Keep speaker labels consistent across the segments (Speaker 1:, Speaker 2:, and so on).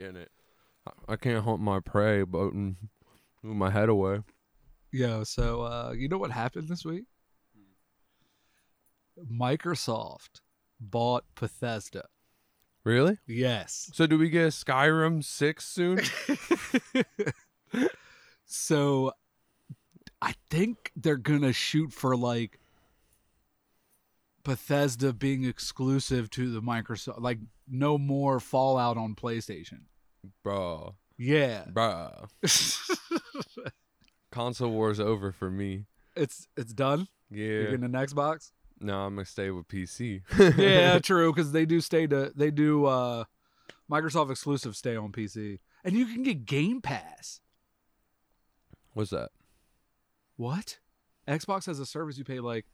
Speaker 1: in it. I, I can't hunt my prey, but mm, move my head away.
Speaker 2: Yo, so uh, you know what happened this week? Hmm. Microsoft bought Bethesda.
Speaker 1: Really?
Speaker 2: Yes.
Speaker 1: So do we get a Skyrim six soon?
Speaker 2: so I think they're going to shoot for like Bethesda being exclusive to the Microsoft, like no more Fallout on PlayStation.
Speaker 1: Bruh.
Speaker 2: Yeah.
Speaker 1: Bruh. Console war's over for me.
Speaker 2: it's it's done. You're
Speaker 1: Yeah.
Speaker 2: getting an Xbox.
Speaker 1: No, I'm gonna stay with PC.
Speaker 2: yeah, true. Because they do stay to they do uh Microsoft exclusive stay on PC, and you can get Game Pass.
Speaker 1: What's that?
Speaker 2: What? Xbox has a service you pay like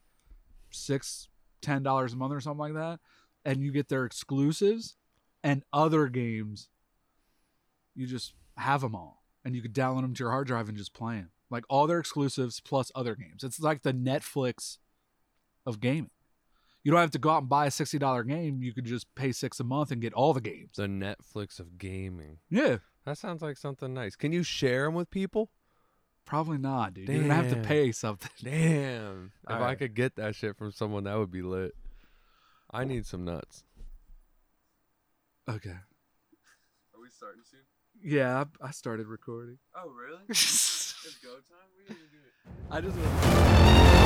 Speaker 2: six, ten dollars a month or something like that, and you get their exclusives and other games. You just have them all, and you could download them to your hard drive and just play them. Like all their exclusives plus other games. It's like the Netflix of gaming. You don't have to go out and buy a sixty dollar game. You could just pay six a month and get all the games.
Speaker 1: The Netflix of gaming.
Speaker 2: Yeah,
Speaker 1: That sounds like something nice. Can you share them with people?
Speaker 2: probably not, dude. You're gonna have to
Speaker 1: Damn.
Speaker 2: pay something.
Speaker 1: Damn. if I
Speaker 2: Alright.
Speaker 1: could get that shit from someone, that would be lit. I need some nuts.
Speaker 2: Okay.
Speaker 1: Are we starting soon?
Speaker 2: Yeah, I, I started recording.
Speaker 1: Oh, really? go time? We didn't do it.
Speaker 2: I just.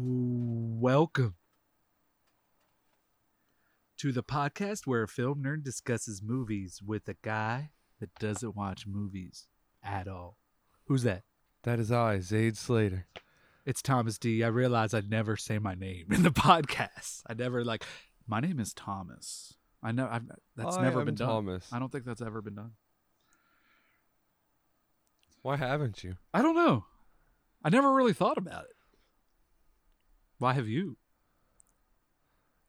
Speaker 2: Welcome to the podcast where a film nerd discusses movies with a guy that doesn't watch movies at all. Who's that?
Speaker 1: That is I, Zaid Slater.
Speaker 2: It's Thomas D. I realize I never say my name in the podcast. I never like my name is Thomas. I know I've that's
Speaker 1: I
Speaker 2: never
Speaker 1: am
Speaker 2: been done.
Speaker 1: Thomas.
Speaker 2: I don't think that's ever been done.
Speaker 1: Why haven't you?
Speaker 2: I don't know. I never really thought about it. Why have you?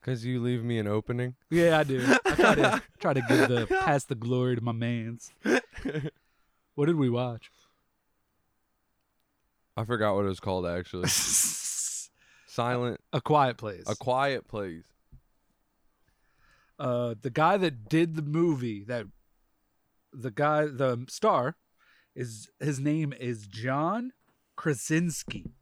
Speaker 1: Because you leave me an opening.
Speaker 2: Yeah, I do. I try to try to give the pass the glory to my man's. What did we watch?
Speaker 1: I forgot what it was called, actually. Silent,
Speaker 2: A Quiet Place.
Speaker 1: A Quiet Place.
Speaker 2: uh, the guy that did the movie that the guy the star is his name is John Krasinski,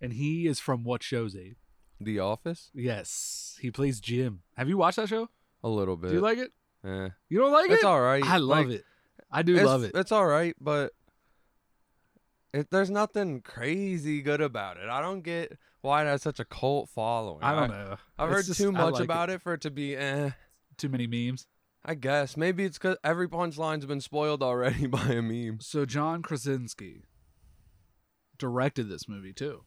Speaker 2: and he is from what shows Abe?
Speaker 1: The Office?
Speaker 2: Yes, he plays Jim. Have you watched that show?
Speaker 1: A little bit.
Speaker 2: Do you like it?
Speaker 1: Eh.
Speaker 2: You don't like
Speaker 1: It's
Speaker 2: it?
Speaker 1: all right.
Speaker 2: I love
Speaker 1: Like,
Speaker 2: it. I do
Speaker 1: it's,
Speaker 2: love it.
Speaker 1: It's all right, but it, there's nothing crazy good about it. I don't get why it has such a cult following.
Speaker 2: I don't know.
Speaker 1: I've
Speaker 2: It's
Speaker 1: heard
Speaker 2: just-
Speaker 1: too
Speaker 2: I
Speaker 1: much
Speaker 2: like it.
Speaker 1: about it. for it to be. Eh,
Speaker 2: Too many memes.
Speaker 1: I guess maybe it's because every punchline's been spoiled already by a meme.
Speaker 2: So John Krasinski directed this movie too.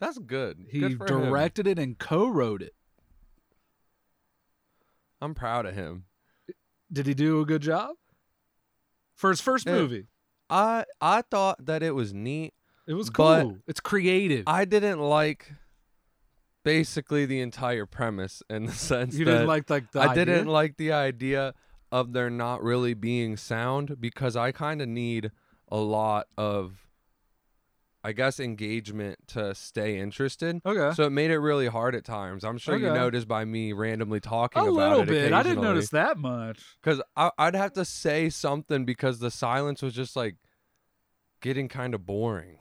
Speaker 1: That's good.
Speaker 2: He
Speaker 1: Good for him.
Speaker 2: directed it and co-wrote it.
Speaker 1: I'm proud of him.
Speaker 2: Did he do a good job? For his first
Speaker 1: Yeah.
Speaker 2: movie.
Speaker 1: I I thought that it was neat.
Speaker 2: It was
Speaker 1: But-
Speaker 2: cool. it's creative.
Speaker 1: I didn't like basically the entire premise in the sense
Speaker 2: you
Speaker 1: that
Speaker 2: didn't like like the
Speaker 1: I didn't
Speaker 2: idea?
Speaker 1: like the idea of there not really being sound because I kind of need a lot of, I guess, engagement to stay interested.
Speaker 2: Okay.
Speaker 1: So it made it really hard at times. I'm sure you
Speaker 2: Okay.
Speaker 1: noticed by me randomly talking
Speaker 2: a
Speaker 1: about
Speaker 2: little
Speaker 1: it
Speaker 2: bit. I didn't notice that much.
Speaker 1: because I'd have to say something because the silence was just like getting kind of boring.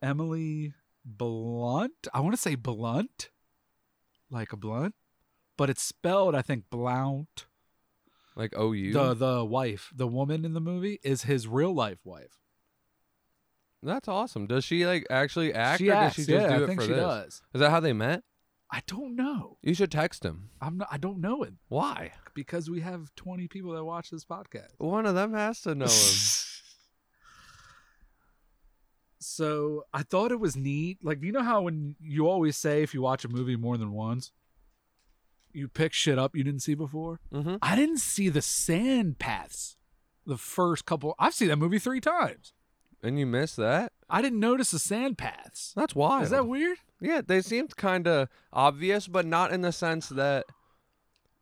Speaker 2: Emily Blunt. I want to say Blunt, like a blunt, but it's spelled I think Blount.
Speaker 1: Like oh you
Speaker 2: The the wife, the woman in the movie, is his real life wife.
Speaker 1: that's awesome. Does she like actually act
Speaker 2: she
Speaker 1: or
Speaker 2: acts.
Speaker 1: does she just
Speaker 2: yeah,
Speaker 1: do
Speaker 2: I
Speaker 1: it
Speaker 2: think
Speaker 1: for
Speaker 2: she
Speaker 1: this?
Speaker 2: does.
Speaker 1: Is that how they met?
Speaker 2: I don't know.
Speaker 1: You should text him.
Speaker 2: I'm not. I don't know it
Speaker 1: Why?
Speaker 2: because we have 20 people that watch this podcast.
Speaker 1: One of them has to know him.
Speaker 2: so I thought it was neat. Like, you know how when you always say if you watch a movie more than once, you pick shit up you didn't see before?
Speaker 1: Mm-hmm.
Speaker 2: I didn't see the sand paths the first couple. I've seen that movie three times.
Speaker 1: And you missed that?
Speaker 2: I didn't notice the sand paths.
Speaker 1: That's wild.
Speaker 2: Is that weird?
Speaker 1: yeah, they seemed kind of obvious, but not in the sense that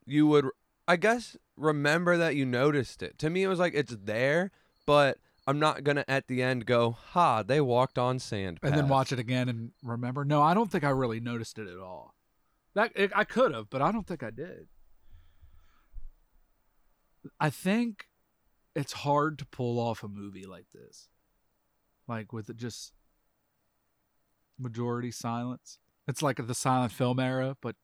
Speaker 1: you would, I guess, remember that you noticed it. To me, it was like it's there, but I'm not gonna at the end go, ha, they walked on sand.
Speaker 2: and then
Speaker 1: paths."
Speaker 2: watch it again and remember. No, I don't think I really noticed it at all. That it, I could have, but I don't think I did. I think it's hard to pull off a movie like this, like with it just majority silence. It's like the silent film era, but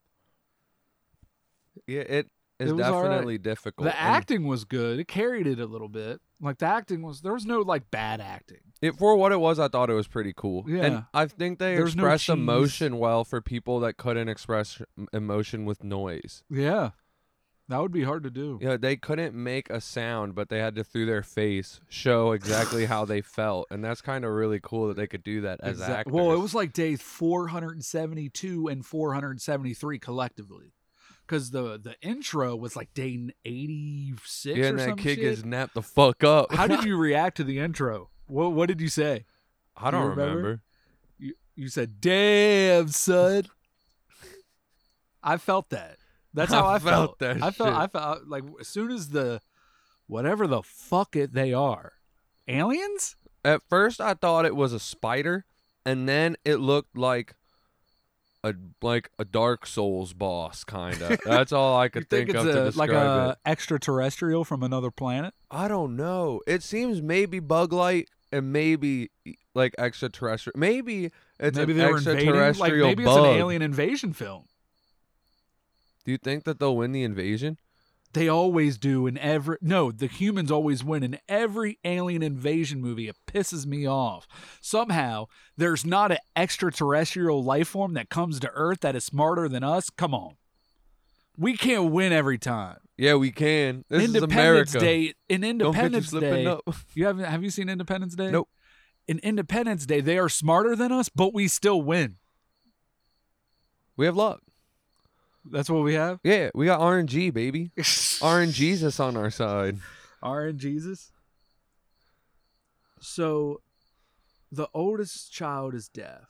Speaker 1: Yeah, it is
Speaker 2: It was all right.
Speaker 1: definitely difficult.
Speaker 2: the
Speaker 1: and
Speaker 2: acting was good. It carried it a little bit. Like the acting was, there was no like bad acting.
Speaker 1: it for what it was, I thought it was pretty cool.
Speaker 2: Yeah.
Speaker 1: and I think they
Speaker 2: There's no
Speaker 1: expressed
Speaker 2: cheese.
Speaker 1: emotion well for people that couldn't express emotion with noise.
Speaker 2: Yeah, that would be hard to do.
Speaker 1: Yeah, they couldn't make a sound, but they had to through their face show exactly how they felt, and that's kind of really cool that they could do that as
Speaker 2: Exact-
Speaker 1: actors.
Speaker 2: Well, it was like days 472 and 473 collectively. Because the, the intro was like day 86
Speaker 1: yeah,
Speaker 2: or
Speaker 1: and that
Speaker 2: some
Speaker 1: kid
Speaker 2: shit.
Speaker 1: gets napped the fuck up.
Speaker 2: How did you react to the intro? What, what did you say?
Speaker 1: I
Speaker 2: do you
Speaker 1: don't
Speaker 2: remember?
Speaker 1: remember.
Speaker 2: You, you said, damn, son. I felt that. That's how I,
Speaker 1: I felt that
Speaker 2: I felt,
Speaker 1: shit.
Speaker 2: I felt uh, like as soon as the whatever the fuck it they are, aliens?
Speaker 1: At first, I thought it was a spider, and then it looked like a like a Dark Souls boss kind of. That's all I
Speaker 2: You
Speaker 1: could
Speaker 2: think,
Speaker 1: think,
Speaker 2: it's
Speaker 1: of to
Speaker 2: a,
Speaker 1: describe
Speaker 2: like
Speaker 1: it.
Speaker 2: a extraterrestrial from another planet?
Speaker 1: I don't know. It seems maybe bug light and maybe e, like extraterrestrial. Maybe it's
Speaker 2: maybe
Speaker 1: an
Speaker 2: they were invading. Like
Speaker 1: extraterrestrial
Speaker 2: maybe
Speaker 1: bug.
Speaker 2: it's an alien invasion film.
Speaker 1: Do you think that they'll win the invasion?
Speaker 2: They always do in every no, the humans always win in every alien invasion movie. It pisses me off. Somehow there's not an extraterrestrial life form that comes to Earth that is smarter than us. Come on. We can't win every time.
Speaker 1: Yeah, we can. This is
Speaker 2: Independence
Speaker 1: America.
Speaker 2: Day
Speaker 1: don't
Speaker 2: in
Speaker 1: get you
Speaker 2: Independence
Speaker 1: slipping
Speaker 2: Day.
Speaker 1: up.
Speaker 2: You haven't have you seen Independence Day?
Speaker 1: Nope.
Speaker 2: In Independence Day, they are smarter than us, but we still win.
Speaker 1: We have luck.
Speaker 2: That's what we have.
Speaker 1: Yeah, we got RNG, baby. RNGesus on our side.
Speaker 2: R and Jesus. So, the oldest child is deaf.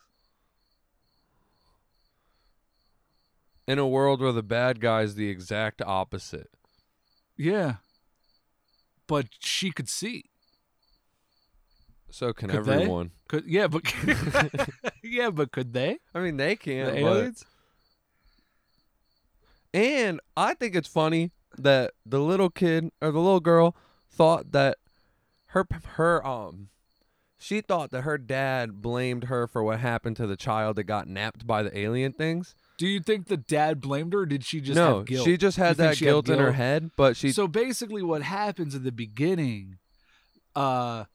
Speaker 1: In a world where the bad guy's the exact opposite.
Speaker 2: Yeah. But she could see.
Speaker 1: So can
Speaker 2: Could they?
Speaker 1: everyone.
Speaker 2: Could yeah, but yeah, but could they?
Speaker 1: I mean, they can. but-
Speaker 2: the aliens?
Speaker 1: And I think it's funny that the little kid or the little girl thought that her her um she thought that her dad blamed her for what happened to the child that got napped by the alien things.
Speaker 2: Do you think the dad blamed her? Or did she just
Speaker 1: no,
Speaker 2: have guilt?
Speaker 1: she just
Speaker 2: You
Speaker 1: had
Speaker 2: think
Speaker 1: that
Speaker 2: she had
Speaker 1: guilt, in her
Speaker 2: guilt?
Speaker 1: head, but she
Speaker 2: so basically, what happens in the beginning? Uh,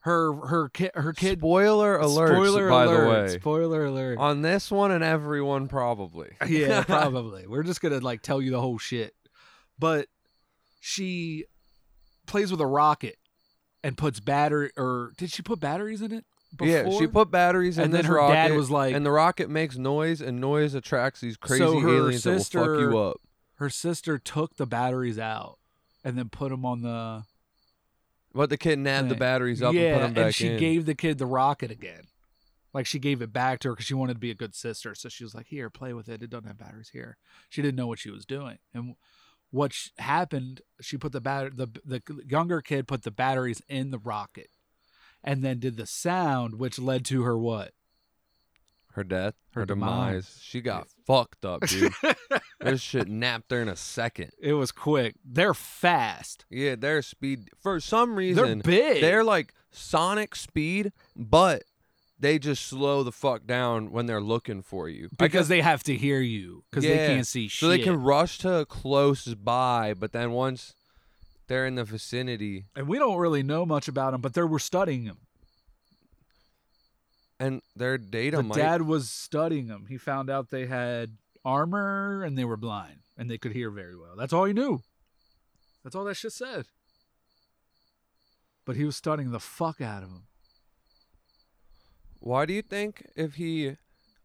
Speaker 2: her her kid her kid.
Speaker 1: spoiler alert
Speaker 2: spoiler
Speaker 1: by
Speaker 2: alert!
Speaker 1: the way.
Speaker 2: Spoiler alert!
Speaker 1: On this one and everyone probably.
Speaker 2: yeah, probably. We're just gonna like tell you the whole shit. But she plays with a rocket and puts battery or did she put batteries in it?
Speaker 1: Yeah, she put batteries in
Speaker 2: and then
Speaker 1: this
Speaker 2: her
Speaker 1: rocket.
Speaker 2: dad was like
Speaker 1: and the rocket makes noise, and noise attracts these crazy
Speaker 2: So her
Speaker 1: aliens that will fuck
Speaker 2: sister-
Speaker 1: you up.
Speaker 2: her sister took the batteries out and then put them on the
Speaker 1: But the kid nabbed the
Speaker 2: Yeah.
Speaker 1: batteries up and
Speaker 2: yeah
Speaker 1: put them back
Speaker 2: she
Speaker 1: in.
Speaker 2: gave the kid the rocket again. Like she gave it back to her because she wanted to be a good sister. So she was like, "Here, play with it. It doesn't have batteries here." She didn't know what she was doing, and what sh- happened? She put the batter the the younger kid put the batteries in the rocket, and then did the sound, which led to her what?
Speaker 1: her death, her,
Speaker 2: Her
Speaker 1: demise.
Speaker 2: demise.
Speaker 1: She got fucked up, dude. this shit napped her in a second.
Speaker 2: it was quick. They're fast.
Speaker 1: Yeah, their speed for some
Speaker 2: They're
Speaker 1: reason
Speaker 2: big.
Speaker 1: they're like sonic speed, but they just slow the fuck down when they're looking for you. I guess-
Speaker 2: because they have to hear you because
Speaker 1: Yeah.
Speaker 2: they can't see shit.
Speaker 1: So they can rush to close by, but then once they're in the vicinity,
Speaker 2: and we don't really know much about them, but they were studying them.
Speaker 1: and their data
Speaker 2: the
Speaker 1: might
Speaker 2: dad was studying them. He found out they had armor and they were blind and they could hear very well. That's all he knew. That's all that shit said. But he was studying the fuck out of them.
Speaker 1: Why do you think if he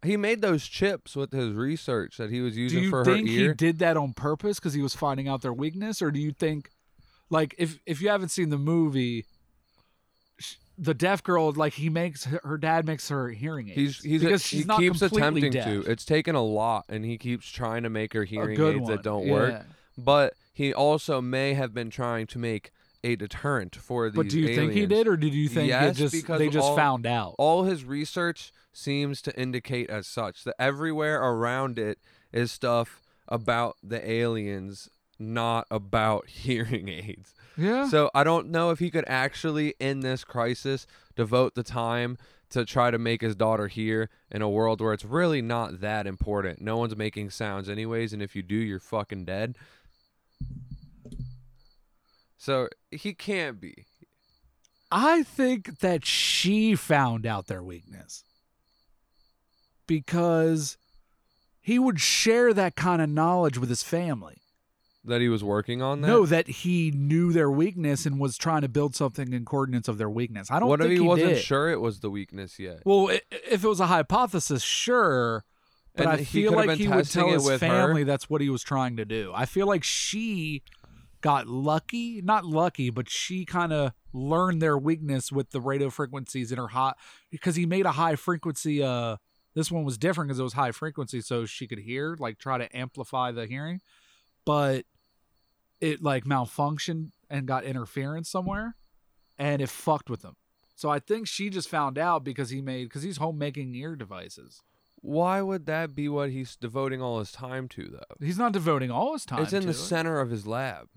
Speaker 1: he made those chips with his research that he was
Speaker 2: Do
Speaker 1: using
Speaker 2: you
Speaker 1: for her
Speaker 2: think he
Speaker 1: ear?
Speaker 2: did that on purpose because he was finding out their weakness, or do you think, like, if if you haven't seen the movie, sh- the deaf girl like he makes her, her dad makes her hearing aids.
Speaker 1: He's he's
Speaker 2: because she's
Speaker 1: he
Speaker 2: not
Speaker 1: keeps
Speaker 2: completely
Speaker 1: attempting
Speaker 2: deaf.
Speaker 1: to. It's taken a lot, and he keeps trying to make her
Speaker 2: a
Speaker 1: hearing
Speaker 2: good
Speaker 1: aids
Speaker 2: one.
Speaker 1: that don't work.
Speaker 2: Yeah.
Speaker 1: But he also may have been trying to make a deterrent for these.
Speaker 2: But do you think he
Speaker 1: aliens.
Speaker 2: did, or did you think
Speaker 1: Yes,
Speaker 2: it just
Speaker 1: because
Speaker 2: they just
Speaker 1: all-
Speaker 2: found out?
Speaker 1: All his research seems to indicate as such that everywhere around it is stuff about the aliens, not about hearing aids.
Speaker 2: yeah.
Speaker 1: So I don't know if he could actually, in this crisis, devote the time to try to make his daughter hear in a world where it's really not that important. No one's making sounds anyways, and if you do, you're fucking dead. So he can't be.
Speaker 2: I think that she found out their weakness because he would share that kind of knowledge with his family.
Speaker 1: That he was working on that.
Speaker 2: Know that he knew their weakness and was trying to build something in coordinates of their weakness. I don't
Speaker 1: what
Speaker 2: think
Speaker 1: if he, wasn't
Speaker 2: did.
Speaker 1: sure it was the weakness yet?
Speaker 2: Well, i- if it was a hypothesis, sure. But
Speaker 1: And
Speaker 2: I
Speaker 1: he
Speaker 2: feel
Speaker 1: could've
Speaker 2: like
Speaker 1: been
Speaker 2: he would
Speaker 1: testing
Speaker 2: tell
Speaker 1: it
Speaker 2: his
Speaker 1: with her.
Speaker 2: family that's what he was trying to do. I feel like she got lucky, not lucky, but she kind of learned their weakness with the radio frequencies in her hot because he made a high frequency. Uh, this one was different because it was high frequency, so she could hear, like try to amplify the hearing, but it like malfunctioned and got interference somewhere, and it fucked with them. So I think she just found out because he made because he's homemaking ear devices.
Speaker 1: Why would that be what he's devoting all his time to, though?
Speaker 2: He's not devoting all his time.
Speaker 1: it's in
Speaker 2: to
Speaker 1: the
Speaker 2: it.
Speaker 1: center of his lab.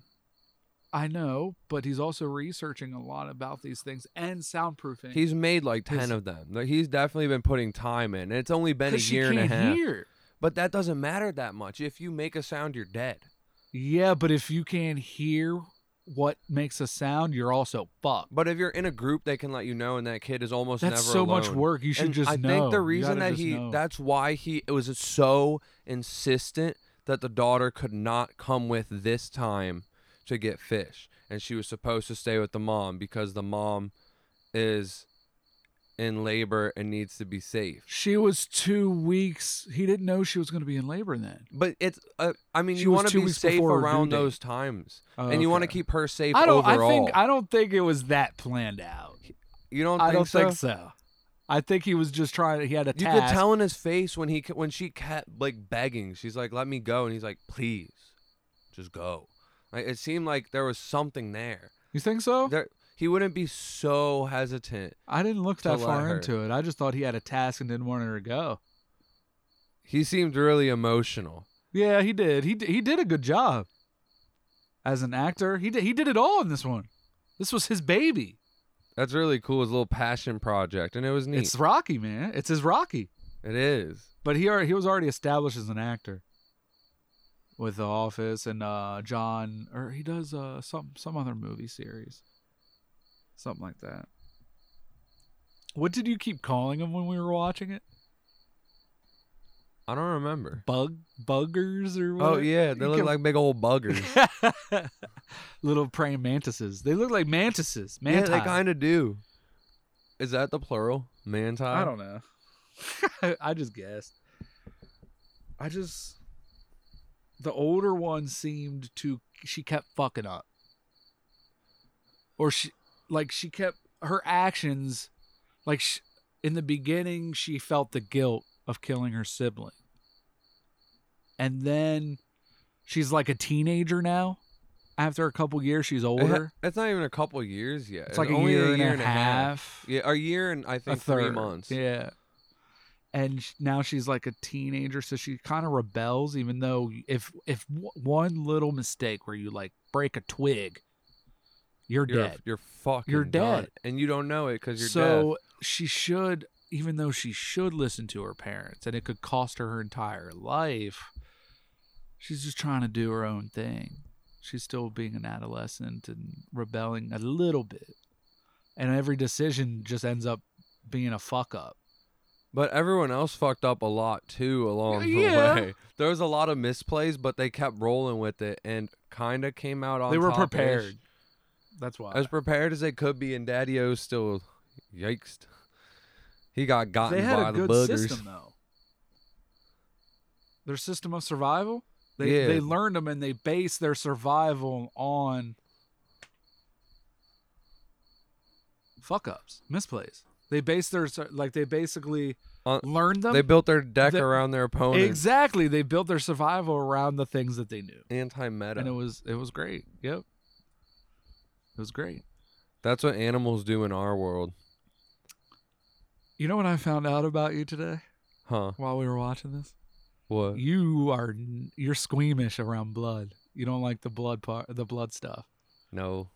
Speaker 2: I know, but he's also researching a lot about these things and soundproofing.
Speaker 1: He's made like ten
Speaker 2: His-
Speaker 1: of them. Like, he's definitely been putting time in. and It's only been a
Speaker 2: 'Cause she
Speaker 1: year and a
Speaker 2: can't
Speaker 1: half.
Speaker 2: hear.
Speaker 1: But that doesn't matter that much. If you make a sound, you're dead.
Speaker 2: Yeah, but if you can't hear what makes a sound, you're also fucked.
Speaker 1: But if you're in a group, they can let you know, and that kid is almost
Speaker 2: That's
Speaker 1: never
Speaker 2: so much
Speaker 1: alone.
Speaker 2: work. You should
Speaker 1: And
Speaker 2: just
Speaker 1: I
Speaker 2: know.
Speaker 1: think the
Speaker 2: You
Speaker 1: reason
Speaker 2: gotta
Speaker 1: that
Speaker 2: just
Speaker 1: he
Speaker 2: know.
Speaker 1: that's why he it was so insistent that the daughter could not come with this time to get fish, and she was supposed to stay with the mom because the mom is in labor and needs to be safe.
Speaker 2: she was two weeks. He didn't know she was going to be in labor then.
Speaker 1: But it's uh, I mean
Speaker 2: She
Speaker 1: you
Speaker 2: was
Speaker 1: want
Speaker 2: two
Speaker 1: to be
Speaker 2: weeks
Speaker 1: safe
Speaker 2: before her due
Speaker 1: around
Speaker 2: date.
Speaker 1: those times,
Speaker 2: Oh,
Speaker 1: and you want to
Speaker 2: okay.
Speaker 1: keep her safe
Speaker 2: I don't.
Speaker 1: overall.
Speaker 2: I think. I don't think it was that planned out.
Speaker 1: you don't
Speaker 2: I don't
Speaker 1: so?
Speaker 2: think so. I think he was just trying. He had a
Speaker 1: You
Speaker 2: task.
Speaker 1: could tell in his face when he ca- when she kept like begging. She's like, "Let me go," and he's like, "Please, just go." Like, it seemed like there was something there.
Speaker 2: You think so?
Speaker 1: There, he wouldn't be so hesitant.
Speaker 2: I didn't look
Speaker 1: to
Speaker 2: that
Speaker 1: let
Speaker 2: far
Speaker 1: her.
Speaker 2: into it. I just thought he had a task and didn't want her to go.
Speaker 1: He seemed really emotional.
Speaker 2: Yeah, he did. He d- he did a good job as an actor. He did he did it all in this one. This was his baby.
Speaker 1: That's really cool. His little passion project, and it was neat.
Speaker 2: It's Rocky, man. It's his Rocky.
Speaker 1: It is.
Speaker 2: But he already, he was already established as an actor with The Office and uh, John, or he does uh, some some other movie series, something like that. What did you keep calling him when we were watching it?
Speaker 1: I don't remember.
Speaker 2: Bug buggers or what?
Speaker 1: Oh yeah, they
Speaker 2: You
Speaker 1: look
Speaker 2: kept-
Speaker 1: like big old buggers.
Speaker 2: little praying mantises. They look like mantises.
Speaker 1: yeah,
Speaker 2: Manti.
Speaker 1: they kind of do. Is that the plural? Manti.
Speaker 2: I don't know. I just guessed. I just the older one seemed to she kept fucking up. Or she like she kept her actions like sh in the beginning she felt the guilt of killing her sibling. And then she's like a teenager now. After a couple years she's
Speaker 1: It ha-
Speaker 2: older.
Speaker 1: It's not even a couple years yet.
Speaker 2: It's like a
Speaker 1: only
Speaker 2: year,
Speaker 1: a year and, a half.
Speaker 2: half.
Speaker 1: Yeah, a year and I
Speaker 2: a
Speaker 1: think three
Speaker 2: third.
Speaker 1: months.
Speaker 2: Yeah. And sh- now she's like a teenager, so she kind of rebels. Even though if if w- one little mistake where you like break a twig, you're,
Speaker 1: You're,
Speaker 2: dead.
Speaker 1: you're fucking
Speaker 2: You're
Speaker 1: done.
Speaker 2: dead.
Speaker 1: and you don't know it because you're
Speaker 2: so she should, even though she should listen to her parents, and it could cost her her entire life. She's just trying to do her own thing. She's still being an adolescent and rebelling a little bit, and every decision just ends up being a fuck up.
Speaker 1: But everyone else fucked up a lot too along
Speaker 2: Yeah.
Speaker 1: the way. There was a lot of misplays, but they kept rolling with it and kind of came out on.
Speaker 2: they were
Speaker 1: top-ish.
Speaker 2: prepared. That's why.
Speaker 1: as prepared as they could be. And Daddy O's still, yikes, he got gotten
Speaker 2: they had
Speaker 1: by
Speaker 2: a
Speaker 1: the
Speaker 2: good
Speaker 1: buggers.
Speaker 2: system though. Their system of survival. They
Speaker 1: Yeah.
Speaker 2: they learned them and they based their survival on fuck ups, misplays. They based their sur- like they basically
Speaker 1: On-
Speaker 2: learned them
Speaker 1: They built their deck
Speaker 2: The-
Speaker 1: around their opponent.
Speaker 2: exactly. They built their survival around the things that they knew,
Speaker 1: Anti-meta.
Speaker 2: and it was it was great. Yep. It was great.
Speaker 1: That's what animals do in our world,
Speaker 2: You know what I found out about you today
Speaker 1: huh?
Speaker 2: while we were watching this?
Speaker 1: What?
Speaker 2: You are n- you're squeamish around blood. You don't like the blood part, the blood stuff.
Speaker 1: No,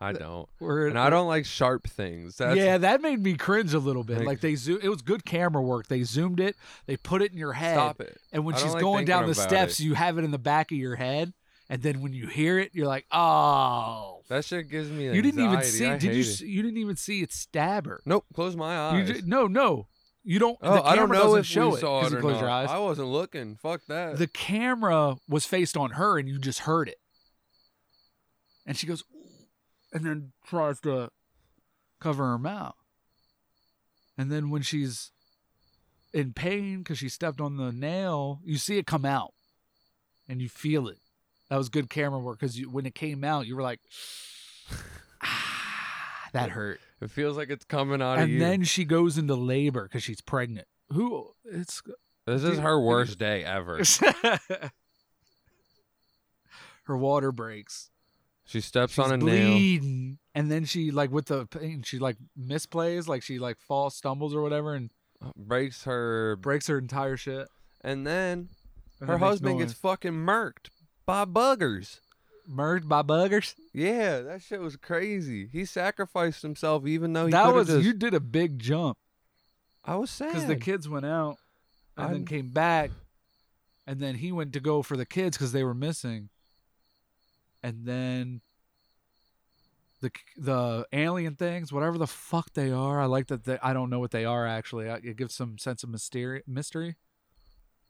Speaker 1: I don't.
Speaker 2: We're-
Speaker 1: And I don't like sharp things. That's,
Speaker 2: yeah, that made me cringe a little bit.
Speaker 1: Like-
Speaker 2: Like they zoom, it was good camera work. They zoomed it, they put it in your head,
Speaker 1: Stop it.
Speaker 2: and when
Speaker 1: I don't
Speaker 2: she's
Speaker 1: like
Speaker 2: going
Speaker 1: thinking
Speaker 2: down the
Speaker 1: about
Speaker 2: steps,
Speaker 1: it.
Speaker 2: you have it in the back of your head, and then when you hear it, you're like, oh,
Speaker 1: That shit gives me.
Speaker 2: you didn't even
Speaker 1: anxiety.
Speaker 2: see.
Speaker 1: I
Speaker 2: Did
Speaker 1: hate
Speaker 2: you?
Speaker 1: it.
Speaker 2: s- You didn't even see it stab her.
Speaker 1: Nope. Close my
Speaker 2: You
Speaker 1: eyes.
Speaker 2: ju- no, no, you don't.
Speaker 1: oh,
Speaker 2: the camera
Speaker 1: I don't know
Speaker 2: doesn't
Speaker 1: if
Speaker 2: show
Speaker 1: we
Speaker 2: it
Speaker 1: saw
Speaker 2: 'cause
Speaker 1: it
Speaker 2: you
Speaker 1: or
Speaker 2: close
Speaker 1: not.
Speaker 2: your eyes.
Speaker 1: I wasn't looking. Fuck that.
Speaker 2: the camera was faced on her and you just heard it. And she goes, "Ooh," and then tries to cover her mouth. And then when she's in pain because she stepped on the nail, you see it come out and you feel it. That was good camera work because when it came out, you were like, ah, that hurt.
Speaker 1: it feels like it's coming out of
Speaker 2: and
Speaker 1: you.
Speaker 2: then she goes into labor because she's pregnant. Who? It's
Speaker 1: this is
Speaker 2: dude,
Speaker 1: her worst day ever.
Speaker 2: her water breaks.
Speaker 1: She steps
Speaker 2: She's
Speaker 1: on a nail.
Speaker 2: bleeding, and then she like with the pain, she like misplays, like she like falls, stumbles or whatever, and
Speaker 1: breaks her
Speaker 2: breaks her entire shit.
Speaker 1: and then
Speaker 2: and
Speaker 1: her
Speaker 2: then makes
Speaker 1: husband
Speaker 2: noise.
Speaker 1: gets fucking murked by buggers
Speaker 2: murdered by buggers.
Speaker 1: yeah that shit was crazy he sacrificed himself even though he
Speaker 2: that
Speaker 1: coulda
Speaker 2: was
Speaker 1: just,
Speaker 2: you did a big jump
Speaker 1: i was sad
Speaker 2: because the kids went out and
Speaker 1: I'm-
Speaker 2: then came back, and then he went to go for the kids because they were missing, and then. The, the alien things, whatever the fuck they are, I like that. They, I don't know what they are actually. I, it gives some sense of mystery mystery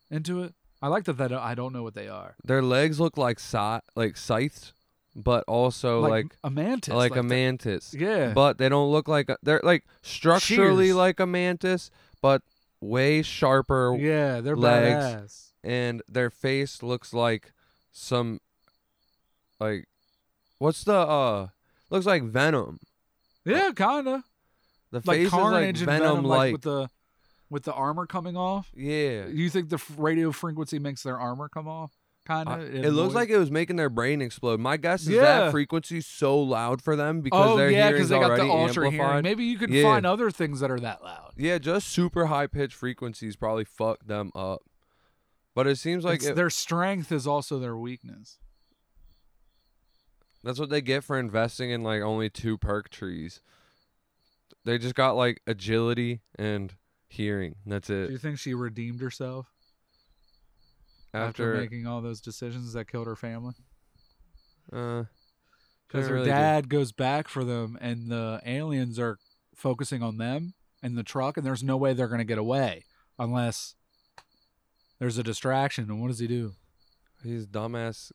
Speaker 2: into it. I like that. That I don't know what they are.
Speaker 1: their legs look like si- like scythes but also like
Speaker 2: a mantis,
Speaker 1: like, a
Speaker 2: the-
Speaker 1: mantis
Speaker 2: yeah,
Speaker 1: but they don't look like a, they're like structurally
Speaker 2: Shears.
Speaker 1: like a mantis but way sharper
Speaker 2: yeah, they're
Speaker 1: legs.
Speaker 2: badass.
Speaker 1: and their face looks like some like what's the uh looks like venom
Speaker 2: Yeah, kinda
Speaker 1: the
Speaker 2: like
Speaker 1: face
Speaker 2: carnage
Speaker 1: is like
Speaker 2: and
Speaker 1: venom
Speaker 2: like
Speaker 1: like
Speaker 2: with the with the armor coming off.
Speaker 1: yeah
Speaker 2: Do you think the f- radio frequency makes their armor come off? Kind
Speaker 1: I-
Speaker 2: of.
Speaker 1: Uh, it looks like it was making their brain explode. My guess is
Speaker 2: Yeah.
Speaker 1: that frequency's so loud for them because
Speaker 2: oh
Speaker 1: their
Speaker 2: yeah,
Speaker 1: hearing's
Speaker 2: they got the
Speaker 1: already
Speaker 2: ultra hearing.
Speaker 1: amplified.
Speaker 2: Maybe you could
Speaker 1: Yeah.
Speaker 2: find other things that are that loud.
Speaker 1: Yeah, just super high pitched frequencies probably fucked them up. But it seems like
Speaker 2: It's-
Speaker 1: it-
Speaker 2: their strength is also their weakness.
Speaker 1: that's what they get for investing in like only two perk trees. They just got like agility and hearing. That's
Speaker 2: Do
Speaker 1: it.
Speaker 2: you think she redeemed herself after,
Speaker 1: After,
Speaker 2: making all those decisions that killed her family?
Speaker 1: uh,
Speaker 2: because
Speaker 1: I
Speaker 2: her
Speaker 1: really do.
Speaker 2: dad goes back for them and the aliens are focusing on them and the truck and there's no way they're going to get away unless there's a distraction and what does he do
Speaker 1: These dumbass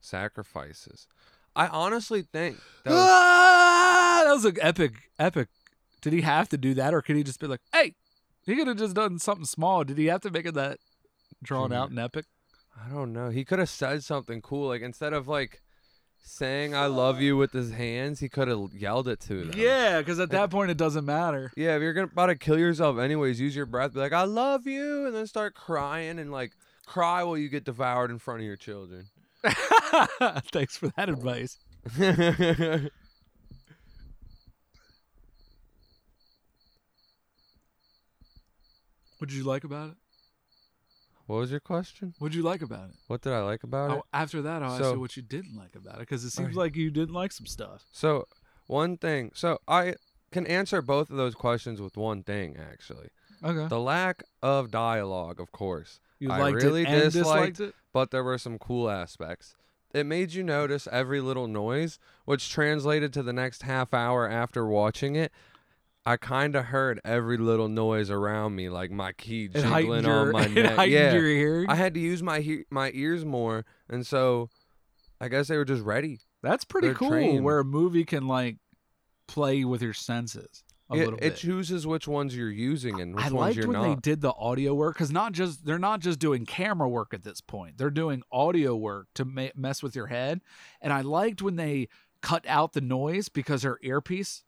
Speaker 1: sacrifices. I honestly think that was-
Speaker 2: ah, that was an epic epic did he have to do that or could he just be like hey he could have just done something small did he have to make it that drawn out and epic
Speaker 1: I don't know. He could have said something cool. Like instead of like saying "I love you" with his hands, he could have yelled it to them.
Speaker 2: yeah because at that point it doesn't matter
Speaker 1: Yeah, if you're gonna about to kill yourself anyways, use your breath. Be like, "I love you," and then start crying and like cry while you get devoured in front of your children.
Speaker 2: thanks for that advice what did you like about it
Speaker 1: what was your question?
Speaker 2: what did you like about it
Speaker 1: What did I like about it?
Speaker 2: Oh, after that, I'll ask
Speaker 1: So-
Speaker 2: you what you didn't like about it because it seems
Speaker 1: Alright.
Speaker 2: like you didn't like some stuff.
Speaker 1: So one thing. So I can answer both of those questions with one thing actually.
Speaker 2: Okay,
Speaker 1: The lack of dialogue, of course.
Speaker 2: you
Speaker 1: I
Speaker 2: liked
Speaker 1: really
Speaker 2: it and
Speaker 1: disliked
Speaker 2: disliked it.
Speaker 1: but there were some cool aspects. It made you notice every little noise, which translated to the next half hour after watching it. I kind of heard every little noise around me, like my key
Speaker 2: It
Speaker 1: jingling
Speaker 2: heightened your,
Speaker 1: on my
Speaker 2: it
Speaker 1: neck.
Speaker 2: heightened
Speaker 1: Yeah,
Speaker 2: your hearing.
Speaker 1: I had to use my he- my ears more, and so I guess they were just ready.
Speaker 2: That's pretty
Speaker 1: they're
Speaker 2: cool.
Speaker 1: trained.
Speaker 2: Where a movie can like play with your senses a
Speaker 1: It,
Speaker 2: little
Speaker 1: it
Speaker 2: bit.
Speaker 1: chooses which ones you're using and which
Speaker 2: I
Speaker 1: ones
Speaker 2: liked
Speaker 1: you're
Speaker 2: when they
Speaker 1: not.
Speaker 2: did the audio work because not just they're not just doing camera work at this point; they're doing audio work to ma- mess with your head. And I liked when they cut out the noise because her earpiece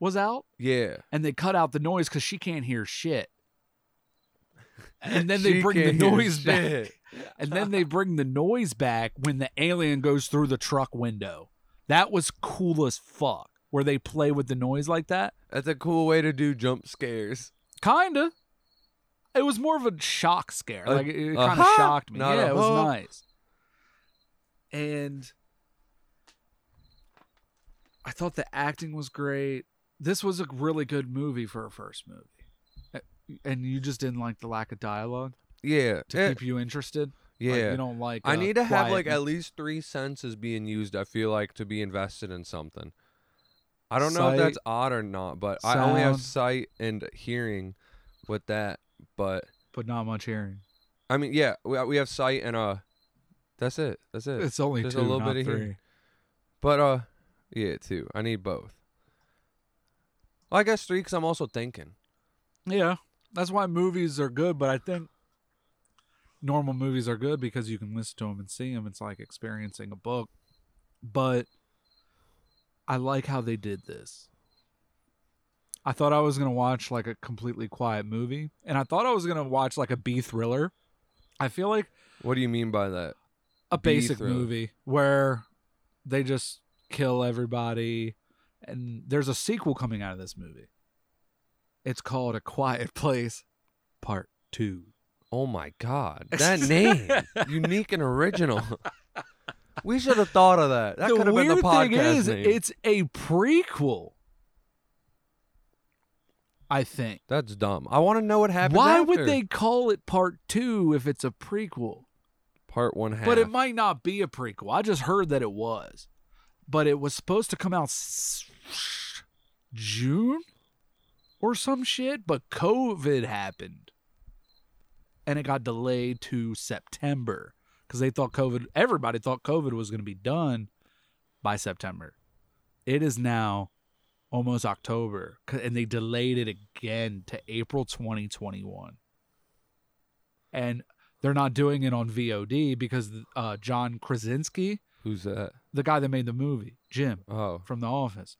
Speaker 2: was out.
Speaker 1: yeah,
Speaker 2: and they cut out the noise because she can't hear shit. And then
Speaker 1: She
Speaker 2: they bring the
Speaker 1: can't hear
Speaker 2: noise back.
Speaker 1: shit.
Speaker 2: And then they bring the noise back when the alien goes through the truck window. That was cool as fuck. Where they play with the noise like that.
Speaker 1: That's a cool way to do jump scares.
Speaker 2: Kinda. It was more of a shock scare.
Speaker 1: A-
Speaker 2: Like it,
Speaker 1: a
Speaker 2: kind of
Speaker 1: huh?
Speaker 2: shocked me.
Speaker 1: Uh-huh. Not a
Speaker 2: yeah, it was
Speaker 1: huh.
Speaker 2: nice. And I thought the acting was great. This was a really good movie for a first movie. A- And you just didn't like the lack of dialogue
Speaker 1: Yeah,
Speaker 2: to
Speaker 1: eh,
Speaker 2: keep you interested.
Speaker 1: yeah.
Speaker 2: Like, you don't like.
Speaker 1: I
Speaker 2: uh,
Speaker 1: need to have like
Speaker 2: quiet-
Speaker 1: at least three senses being used. I feel like to be invested in something. I don't know if that's odd or not, but I only have
Speaker 2: sound.
Speaker 1: sight and hearing with that. But
Speaker 2: but not much hearing.
Speaker 1: I mean, yeah, we we have sight and uh, that's it. That's it.
Speaker 2: It's only
Speaker 1: There's a
Speaker 2: two,
Speaker 1: little
Speaker 2: not
Speaker 1: bit of
Speaker 2: three.
Speaker 1: hearing. But uh, yeah, too. I need both. Well, I guess three because I'm also thinking.
Speaker 2: Yeah, that's why movies are good. But I think normal movies are good because you can listen to them and see them. It's like experiencing a book. But I like how they did this. I thought I was gonna watch like a completely quiet movie, and I thought I was gonna watch like a B thriller. I feel like
Speaker 1: What do you mean by that?
Speaker 2: a
Speaker 1: B
Speaker 2: basic
Speaker 1: thriller.
Speaker 2: movie where they just kill everybody and there's a sequel coming out of this movie it's called a quiet place part two
Speaker 1: Oh my God, that name, unique and original. We should have thought of that. That
Speaker 2: the
Speaker 1: could have been
Speaker 2: weird
Speaker 1: the podcast
Speaker 2: thing is
Speaker 1: name.
Speaker 2: it's a prequel i think
Speaker 1: That's dumb. I want to know what happens.
Speaker 2: why
Speaker 1: after.
Speaker 2: would they call it part two if it's a prequel
Speaker 1: Part one half.
Speaker 2: But it might not be a prequel. I just heard that it was. But it was supposed to come out s- June or some shit, but COVID happened. And it got delayed to September because they thought COVID, everybody thought COVID was going to be done by September. It is now almost October c- and they delayed it again to April 2021. And they're not doing it on VOD because uh, John Krasinski,
Speaker 1: Who's that?
Speaker 2: the guy that made the movie, Jim
Speaker 1: Oh,
Speaker 2: from The Office,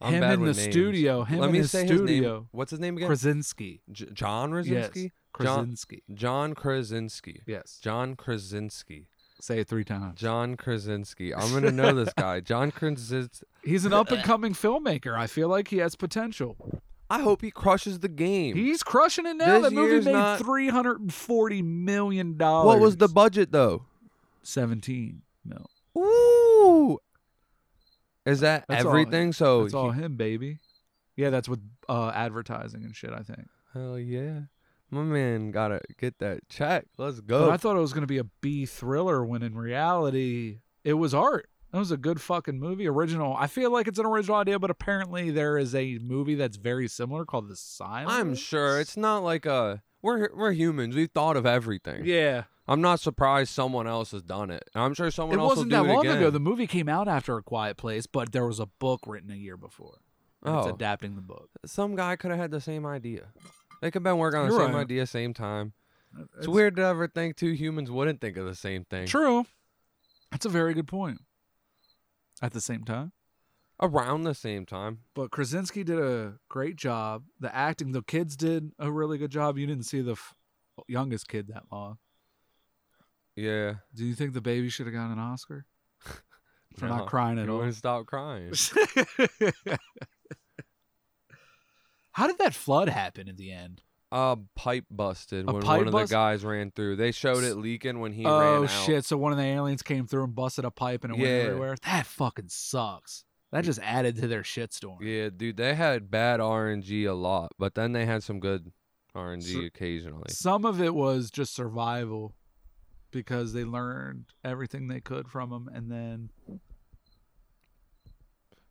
Speaker 1: I'm
Speaker 2: him
Speaker 1: bad
Speaker 2: in the
Speaker 1: with names.
Speaker 2: studio, him
Speaker 1: Let
Speaker 2: in
Speaker 1: me
Speaker 2: his
Speaker 1: say His name.
Speaker 2: studio.
Speaker 1: What's his name again?
Speaker 2: Krasinski.
Speaker 1: J- John Krasinski.
Speaker 2: Krasinski.
Speaker 1: John Krasinski.
Speaker 2: Yes.
Speaker 1: John Krasinski.
Speaker 2: Say it three times.
Speaker 1: John Krasinski. I'm gonna know this guy. John Krasinski.
Speaker 2: He's an up and coming filmmaker. I feel like he has potential.
Speaker 1: I hope he crushes the game.
Speaker 2: He's crushing it now.
Speaker 1: This
Speaker 2: That movie
Speaker 1: year's
Speaker 2: made
Speaker 1: not-
Speaker 2: three hundred and forty million dollars.
Speaker 1: what was the budget though?
Speaker 2: seventeen mil?
Speaker 1: Ooh. Is that
Speaker 2: That's all-
Speaker 1: everything? so
Speaker 2: That's all
Speaker 1: Oh, he-
Speaker 2: him, baby. Yeah, that's with uh, advertising and shit. I think.
Speaker 1: hell yeah, my man gotta get that check. Let's
Speaker 2: But
Speaker 1: go.
Speaker 2: I thought it was going to be a B thriller when in reality it was art. That was a good fucking movie. Original. I feel like it's an original idea, but apparently there is a movie that's very similar called The Silence.
Speaker 1: I'm sure it's not like a we're we're humans. We've thought of everything.
Speaker 2: Yeah.
Speaker 1: I'm not surprised someone else has done it. And I'm sure someone
Speaker 2: it
Speaker 1: else
Speaker 2: wasn't
Speaker 1: will
Speaker 2: that
Speaker 1: do it
Speaker 2: long
Speaker 1: again.
Speaker 2: ago. The movie came out after A Quiet Place, but there was a book written a year before. And
Speaker 1: Oh.
Speaker 2: It's adapting the book.
Speaker 1: Some guy could have had the same idea. They could have been working on the
Speaker 2: You're
Speaker 1: same
Speaker 2: right.
Speaker 1: idea, same time. It's,
Speaker 2: It's
Speaker 1: weird to ever think two humans wouldn't think of the same thing.
Speaker 2: True. That's a very good point. At the same time.
Speaker 1: Around the same time.
Speaker 2: But Krasinski did a great job. The acting, the kids did a really good job. You didn't see the f- youngest kid that long.
Speaker 1: Yeah.
Speaker 2: Do you think the baby should have gotten an Oscar for
Speaker 1: No,
Speaker 2: not crying at
Speaker 1: You
Speaker 2: all?
Speaker 1: wouldn't stop crying.
Speaker 2: How did that flood happen in the end?
Speaker 1: A pipe busted
Speaker 2: A
Speaker 1: when
Speaker 2: pipe
Speaker 1: one of
Speaker 2: bust-
Speaker 1: the guys ran through. They showed it leaking when he ran
Speaker 2: oh
Speaker 1: out.
Speaker 2: shit! So one of the aliens came through and busted a pipe and it
Speaker 1: Yeah.
Speaker 2: went everywhere. That fucking sucks. That just added to their shitstorm.
Speaker 1: Yeah, dude, they had bad RNG a lot, but then they had some good RNG
Speaker 2: So-
Speaker 1: occasionally.
Speaker 2: Some of it was just survival because they learned everything they could from them, and then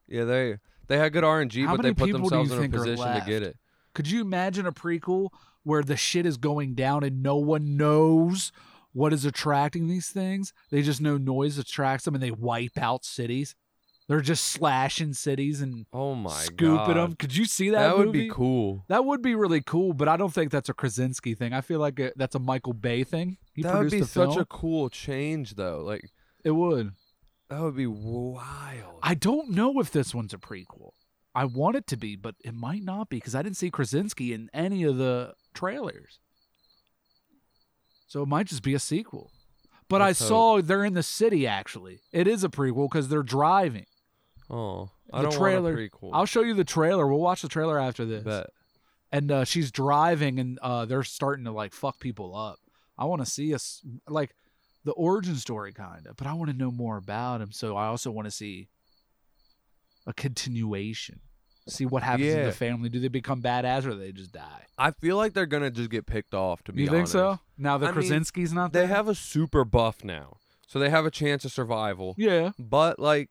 Speaker 1: Yeah, they they had good RNG,
Speaker 2: How
Speaker 1: but they
Speaker 2: many
Speaker 1: put
Speaker 2: people do you
Speaker 1: themselves in a
Speaker 2: think are
Speaker 1: position to get
Speaker 2: left?
Speaker 1: it.
Speaker 2: Could you imagine a prequel where the shit is going down and no one knows what is attracting these things? They just know noise attracts them and they wipe out cities. They're just slashing cities and
Speaker 1: Oh my god,
Speaker 2: scooping them. Could you see that?
Speaker 1: That, would be
Speaker 2: movie?
Speaker 1: cool.
Speaker 2: That would be really cool, but I don't think that's a Krasinski thing. I feel like it, that's a Michael Bay thing. He
Speaker 1: that would
Speaker 2: produced
Speaker 1: be
Speaker 2: the
Speaker 1: such
Speaker 2: film.
Speaker 1: a cool change, though. Like
Speaker 2: It would.
Speaker 1: that would be wild.
Speaker 2: I don't know if this one's a prequel. I want it to be, but it might not be because I didn't see Krasinski in any of the trailers. So it might just be a sequel. But
Speaker 1: Let's
Speaker 2: I
Speaker 1: hope.
Speaker 2: saw they're in the city actually. It is a prequel because they're driving.
Speaker 1: Oh,
Speaker 2: The
Speaker 1: I don't
Speaker 2: trailer-
Speaker 1: want a prequel.
Speaker 2: I'll show you the trailer. We'll watch the trailer after this.
Speaker 1: bet.
Speaker 2: And uh, she's driving, and uh, they're starting to like fuck people up. I want to see us like the origin story kind of, but I want to know more about him. So I also want to see a continuation. See what happens in
Speaker 1: Yeah.
Speaker 2: the family. Do they become badass or do they just die?
Speaker 1: I feel like they're gonna just get picked off. To be
Speaker 2: you think
Speaker 1: honest,
Speaker 2: so? Now that
Speaker 1: I mean,
Speaker 2: Krasinski's not there.
Speaker 1: They have a super buff now, so they have a chance of survival.
Speaker 2: yeah.
Speaker 1: But like,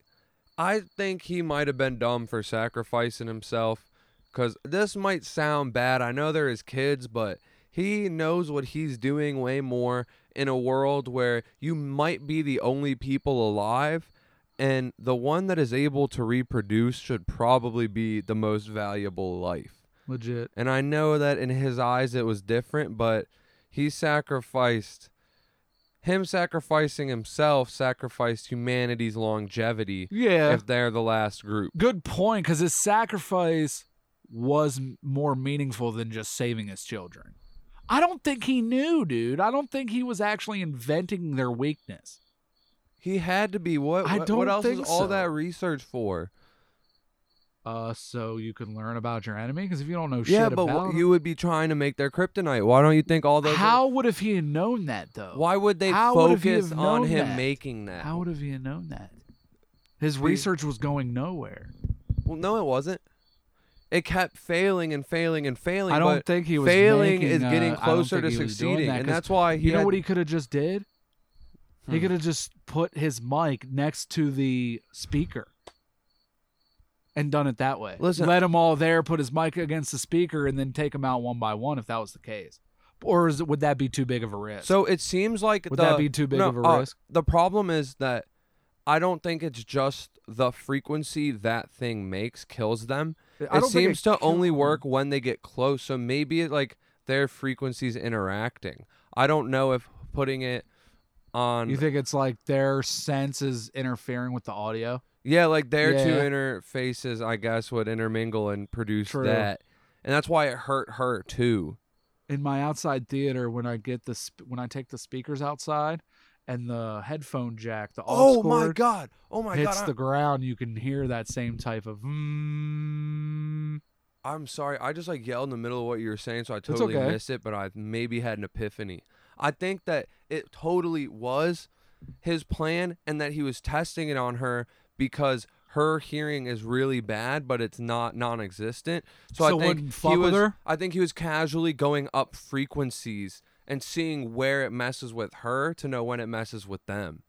Speaker 1: I think he might have been dumb for sacrificing himself, because this might sound bad. I know they're his kids, but he knows what he's doing way more in a world where you might be the only people alive. And the one that is able to reproduce should probably be the most valuable life.
Speaker 2: Legit.
Speaker 1: And I know that in his eyes it was different, but he sacrificed him sacrificing himself sacrificed humanity's longevity
Speaker 2: Yeah.
Speaker 1: if they're the last group.
Speaker 2: Good point, because his sacrifice was m- more meaningful than just saving his children. I don't think he knew, dude. I don't think he was actually inventing their weakness.
Speaker 1: He had to be what
Speaker 2: I
Speaker 1: what-
Speaker 2: don't
Speaker 1: what else
Speaker 2: think
Speaker 1: is all
Speaker 2: so.
Speaker 1: that research for?
Speaker 2: Uh, so you can learn about your enemy, because if you don't know
Speaker 1: yeah,
Speaker 2: shit
Speaker 1: but
Speaker 2: about
Speaker 1: wh-
Speaker 2: him-
Speaker 1: you would be trying to make their kryptonite. Why don't you think all those
Speaker 2: how would have he have known that though?
Speaker 1: why would they
Speaker 2: how would have he
Speaker 1: focus
Speaker 2: have
Speaker 1: on
Speaker 2: known
Speaker 1: him
Speaker 2: that?
Speaker 1: making that?
Speaker 2: How would have he have known that? His
Speaker 1: Be-
Speaker 2: research was going nowhere.
Speaker 1: well, no it wasn't. It kept failing and failing and failing.
Speaker 2: I don't
Speaker 1: but
Speaker 2: think he was
Speaker 1: failing
Speaker 2: making,
Speaker 1: is
Speaker 2: uh, I
Speaker 1: getting
Speaker 2: don't
Speaker 1: closer
Speaker 2: think
Speaker 1: to
Speaker 2: he was doing
Speaker 1: succeeding,
Speaker 2: that,
Speaker 1: and
Speaker 2: 'cause
Speaker 1: that's why he
Speaker 2: you know
Speaker 1: had
Speaker 2: what he could have just did? He
Speaker 1: Hmm.
Speaker 2: could have just put his mic next to the speaker and done it that way.
Speaker 1: Listen-
Speaker 2: let them all there, put his mic against the speaker, and then take them out one by one if that was the case. Or is, would that be too big of a risk?
Speaker 1: So it seems like
Speaker 2: would
Speaker 1: the,
Speaker 2: that be too big
Speaker 1: no,
Speaker 2: of a
Speaker 1: uh,
Speaker 2: risk?
Speaker 1: The problem is that I don't think it's just the frequency that thing makes kills them.
Speaker 2: I
Speaker 1: It
Speaker 2: don't think
Speaker 1: seems to only
Speaker 2: killed him.
Speaker 1: work when they get close. So maybe it, like their frequencies interacting. I don't know if putting it on.
Speaker 2: You think it's like their senses interfering with the audio?
Speaker 1: yeah, like their two
Speaker 2: Yeah.
Speaker 1: interfaces, I guess, would intermingle and produce
Speaker 2: True.
Speaker 1: that. And that's why it hurt her too.
Speaker 2: in my outside theater when I get the sp- when I take the speakers outside and the headphone jack, the aux cord
Speaker 1: Oh god! Oh my
Speaker 2: hits the ground, you can hear that same type of. Mm.
Speaker 1: I'm sorry. I just like yelled in the middle of what you were saying, so I totally
Speaker 2: okay.
Speaker 1: missed it, but I maybe had an epiphany. I think that it totally was his plan and that he was testing it on her because her hearing is really bad, but it's not non existent. So,
Speaker 2: So
Speaker 1: I think
Speaker 2: wouldn't fuck
Speaker 1: he
Speaker 2: with
Speaker 1: was
Speaker 2: her?
Speaker 1: I think he was casually going up frequencies and seeing where it messes with her to know when it messes with them.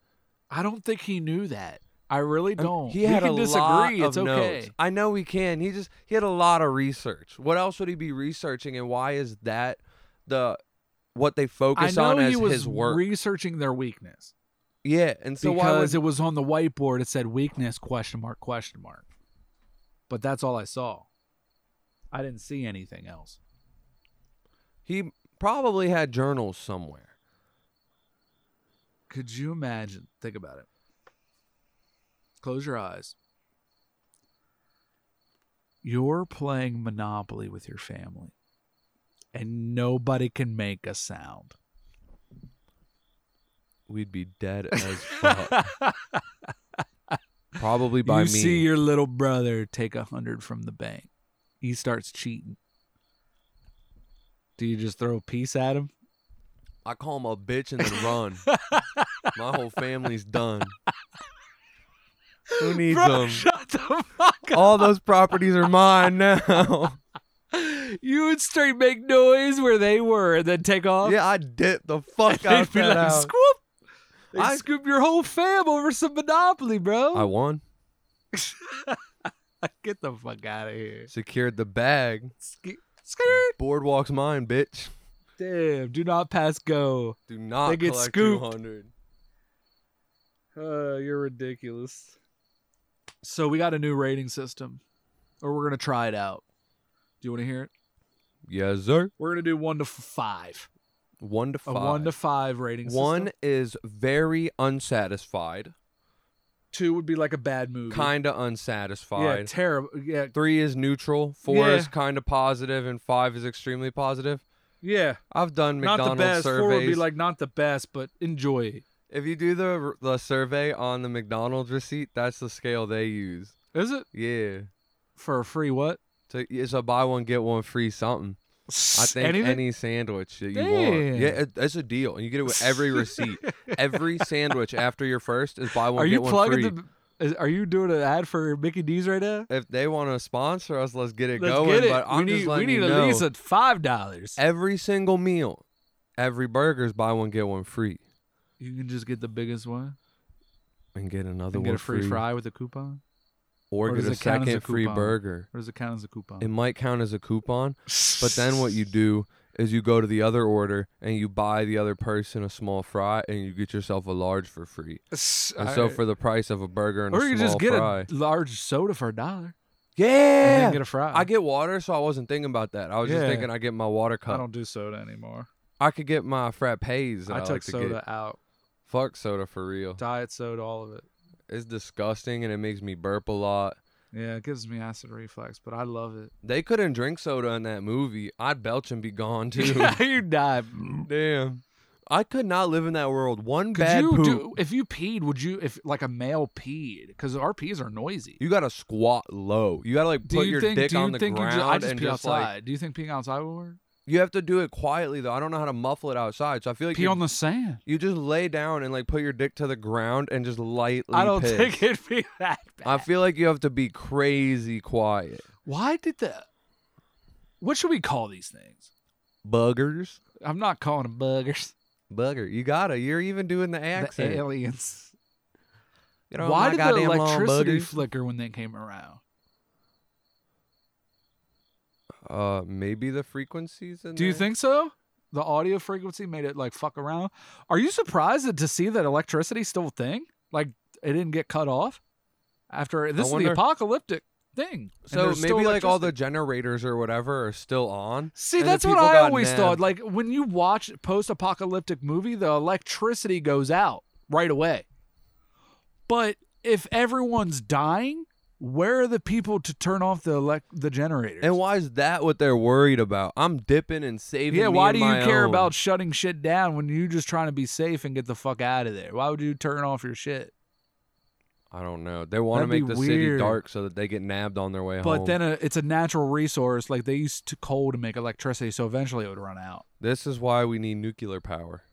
Speaker 2: I don't think he knew that. I really
Speaker 1: I'm-
Speaker 2: don't.
Speaker 1: He
Speaker 2: We
Speaker 1: had
Speaker 2: can
Speaker 1: a
Speaker 2: disagree.
Speaker 1: lot
Speaker 2: it's
Speaker 1: of
Speaker 2: okay.
Speaker 1: notes. I know he can. He just he had a lot of research. What else would he be researching, and why is that the what they
Speaker 2: I
Speaker 1: focus
Speaker 2: know
Speaker 1: on
Speaker 2: he
Speaker 1: as
Speaker 2: was
Speaker 1: his work?
Speaker 2: researching their weakness
Speaker 1: yeah, and so why
Speaker 2: because
Speaker 1: was
Speaker 2: it was on the whiteboard. It said weakness question mark question mark, but that's all I saw. I didn't see anything else.
Speaker 1: he probably had journals somewhere?
Speaker 2: Could you imagine? Think about it. Close your eyes. You're playing Monopoly with your family, and nobody can make a sound.
Speaker 1: We'd be dead as fuck. probably by
Speaker 2: you
Speaker 1: me.
Speaker 2: see your little brother take a hundred from the bank. He starts cheating. Do you just throw a piece at him?
Speaker 1: I call him a bitch and then run. My whole family's done. Who needs
Speaker 2: Bro,
Speaker 1: them?
Speaker 2: shut the fuck up.
Speaker 1: All those properties are mine now.
Speaker 2: You would straight make noise where they were and then take off.
Speaker 1: yeah, I dipped the fuck
Speaker 2: They'd
Speaker 1: out
Speaker 2: be
Speaker 1: that
Speaker 2: like,
Speaker 1: out.
Speaker 2: scoop. They
Speaker 1: I-
Speaker 2: scoop your whole fam over some Monopoly, bro.
Speaker 1: I won.
Speaker 2: Get the fuck out of here.
Speaker 1: Secured the bag.
Speaker 2: Sk- Skirt.
Speaker 1: Boardwalk's mine, bitch.
Speaker 2: Damn, do not pass go.
Speaker 1: Do not
Speaker 2: They get
Speaker 1: collect
Speaker 2: scooped.
Speaker 1: 200.
Speaker 2: Uh, you're ridiculous. So we got a new rating system, or we're gonna try it out. Do you want to hear it?
Speaker 1: Yes, sir.
Speaker 2: We're gonna do one to f- five,
Speaker 1: One to five.
Speaker 2: a one to five rating.
Speaker 1: One
Speaker 2: system.
Speaker 1: is very unsatisfied,
Speaker 2: two would be like a bad movie.
Speaker 1: kind of
Speaker 2: yeah,
Speaker 1: unsatisfied.
Speaker 2: terrible. Yeah,
Speaker 1: Three is neutral. Four
Speaker 2: Yeah.
Speaker 1: is kind of positive, and five is extremely positive.
Speaker 2: yeah,
Speaker 1: I've done
Speaker 2: not
Speaker 1: McDonald's
Speaker 2: the best.
Speaker 1: surveys.
Speaker 2: Four would be like not the best, but enjoy it.
Speaker 1: if you do the the survey on the McDonald's receipt, that's the scale they use.
Speaker 2: Is it
Speaker 1: Yeah.
Speaker 2: for a free what?
Speaker 1: So it's a buy one get one free something. I think
Speaker 2: Anything?
Speaker 1: any sandwich that you want. Yeah,
Speaker 2: Damn.
Speaker 1: it, it's a deal, and you get it with every receipt. every sandwich after your first is buy one
Speaker 2: Are
Speaker 1: get
Speaker 2: you
Speaker 1: one free.
Speaker 2: plugging the? Is, are you doing an ad for Mickey D's right now?
Speaker 1: if they want to sponsor us, let's get it
Speaker 2: Let's
Speaker 1: going.
Speaker 2: get it.
Speaker 1: But I'm
Speaker 2: we
Speaker 1: just
Speaker 2: need, we
Speaker 1: letting
Speaker 2: need
Speaker 1: you
Speaker 2: at
Speaker 1: know, Eh.
Speaker 2: least at five dollars.
Speaker 1: every single meal, every burger is buy one get one free,
Speaker 2: You can just get the biggest one
Speaker 1: and get another
Speaker 2: and
Speaker 1: one
Speaker 2: get a free,
Speaker 1: free,
Speaker 2: fry with a coupon.
Speaker 1: or,
Speaker 2: or
Speaker 1: get
Speaker 2: does
Speaker 1: a
Speaker 2: it count as a
Speaker 1: second free
Speaker 2: coupon?
Speaker 1: burger.
Speaker 2: Or does it count as a coupon?
Speaker 1: It might count as a coupon, but then what you do is you go to the other order and you buy the other person a small fry, and you get yourself a large for free. And so for the price of a burger and
Speaker 2: or
Speaker 1: a
Speaker 2: you
Speaker 1: small
Speaker 2: just get
Speaker 1: fry,
Speaker 2: a large soda for a dollar and
Speaker 1: yeah,
Speaker 2: then get a fry.
Speaker 1: I get water, so I wasn't thinking about that. I was just
Speaker 2: Yeah.
Speaker 1: thinking I get my water
Speaker 2: I
Speaker 1: cup.
Speaker 2: don't do soda anymore.
Speaker 1: I, could get my frappes. That I,
Speaker 2: I
Speaker 1: like
Speaker 2: took
Speaker 1: to
Speaker 2: soda
Speaker 1: Get.
Speaker 2: out.
Speaker 1: Fuck soda for real.
Speaker 2: Diet soda, all of it.
Speaker 1: It's disgusting and it makes me burp a lot.
Speaker 2: Yeah, it gives me acid reflux, but I love it.
Speaker 1: They couldn't drink soda in that movie. I'd belch and be gone too.
Speaker 2: you die.
Speaker 1: Damn. I could not live in that world. One
Speaker 2: Could
Speaker 1: bad
Speaker 2: you
Speaker 1: poop.
Speaker 2: do if you peed? Would you if like a male peed? Because our pees are noisy.
Speaker 1: You gotta squat low. You gotta like
Speaker 2: do
Speaker 1: put
Speaker 2: you
Speaker 1: your
Speaker 2: think?
Speaker 1: dick
Speaker 2: do you
Speaker 1: on the
Speaker 2: think you
Speaker 1: ground
Speaker 2: just, I just
Speaker 1: and
Speaker 2: pee
Speaker 1: just
Speaker 2: outside?
Speaker 1: like
Speaker 2: do you think peeing outside would work?
Speaker 1: you have to do it quietly though. I don't know how to muffle it outside, so I feel like
Speaker 2: Pee
Speaker 1: you,
Speaker 2: on the sand.
Speaker 1: you just lay down and like put your dick to the ground and just lightly.
Speaker 2: I don't
Speaker 1: piss.
Speaker 2: think it'd be that bad.
Speaker 1: I feel like you have to be crazy quiet.
Speaker 2: Why did the? What should we call these things?
Speaker 1: Buggers.
Speaker 2: I'm not calling them buggers.
Speaker 1: Bugger. You gotta. You're even doing the accent.
Speaker 2: The aliens.
Speaker 1: Get on
Speaker 2: Why
Speaker 1: my
Speaker 2: did the
Speaker 1: goddamn lawn,
Speaker 2: electricity
Speaker 1: buggers.
Speaker 2: flicker when they came around?
Speaker 1: uh, maybe the frequencies. In
Speaker 2: Do you
Speaker 1: there?
Speaker 2: think so? The audio frequency made it like fuck around. Are you surprised that to see that electricity still a thing? Like it didn't get cut off after this is
Speaker 1: wonder-
Speaker 2: the apocalyptic thing. and
Speaker 1: so?
Speaker 2: there's still
Speaker 1: Maybe like all the
Speaker 2: electricity.
Speaker 1: generators or whatever are still on.
Speaker 2: See,
Speaker 1: and the
Speaker 2: that's what
Speaker 1: people
Speaker 2: I
Speaker 1: got
Speaker 2: always
Speaker 1: nabbed.
Speaker 2: thought. Like when you watch post-apocalyptic movie, the electricity goes out right away. But if everyone's dying, where are the people to turn off the elect the generators?
Speaker 1: And why is that what they're worried about? I'm dipping and saving.
Speaker 2: Yeah,
Speaker 1: me
Speaker 2: why
Speaker 1: and
Speaker 2: do you
Speaker 1: my
Speaker 2: care
Speaker 1: own.
Speaker 2: about shutting shit down when you just trying to be safe and get the fuck out of there? Why would you turn off your shit?
Speaker 1: I don't know. They want to
Speaker 2: That'd
Speaker 1: make
Speaker 2: be
Speaker 1: the city
Speaker 2: weird.
Speaker 1: dark so that they get nabbed on their way home.
Speaker 2: But then uh it's a natural resource. Like they used to coal to make electricity, so eventually it would run out.
Speaker 1: this is why we need nuclear power.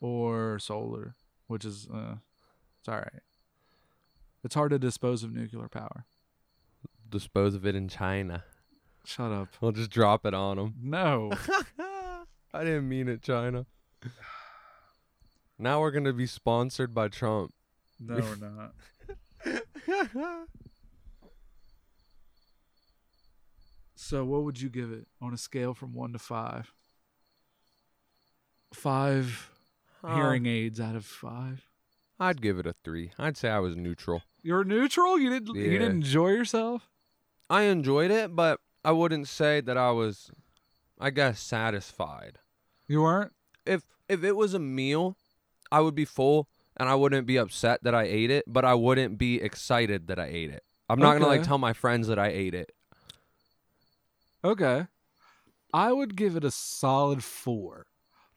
Speaker 2: Or solar, which is uh, it's all right. It's hard to dispose of nuclear power.
Speaker 1: Dispose of it in China.
Speaker 2: Shut up.
Speaker 1: We'll just drop it on them.
Speaker 2: No.
Speaker 1: I didn't mean it, China. Now we're gonna be sponsored by Trump.
Speaker 2: No, we're not. So, what would you give it on a scale from one to five? Five
Speaker 1: Uh,
Speaker 2: hearing aids out of five.
Speaker 1: I'd give it a three. I'd say I was neutral.
Speaker 2: You were neutral. You didn't.
Speaker 1: Yeah.
Speaker 2: You didn't enjoy yourself.
Speaker 1: I enjoyed it, but I wouldn't say that I was, I guess, satisfied.
Speaker 2: You weren't.
Speaker 1: If if it was a meal, I would be full and I wouldn't be upset that I ate it, but I wouldn't be excited that I ate it. I'm not gonna like
Speaker 2: Okay.
Speaker 1: tell my friends that I ate it.
Speaker 2: Okay. I would give it a solid four,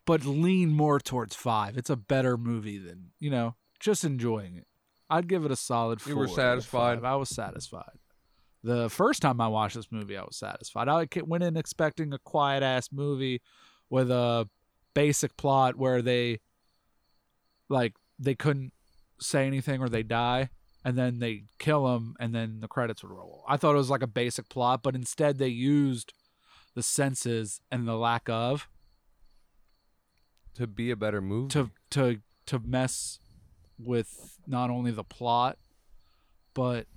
Speaker 2: but lean more towards five. It's a better movie than you know. Just enjoying it. I'd give it a solid four.
Speaker 1: You were
Speaker 2: out of
Speaker 1: satisfied.
Speaker 2: five. I was satisfied. The first time I watched this movie, I was satisfied. I ca- went in expecting a quiet ass movie with a basic plot where they like they couldn't say anything or they die and then they kill him and then the credits would roll. I thought it was like a basic plot, but instead they used the senses and the lack of
Speaker 1: To be a better movie.
Speaker 2: to to to mess with not only the plot but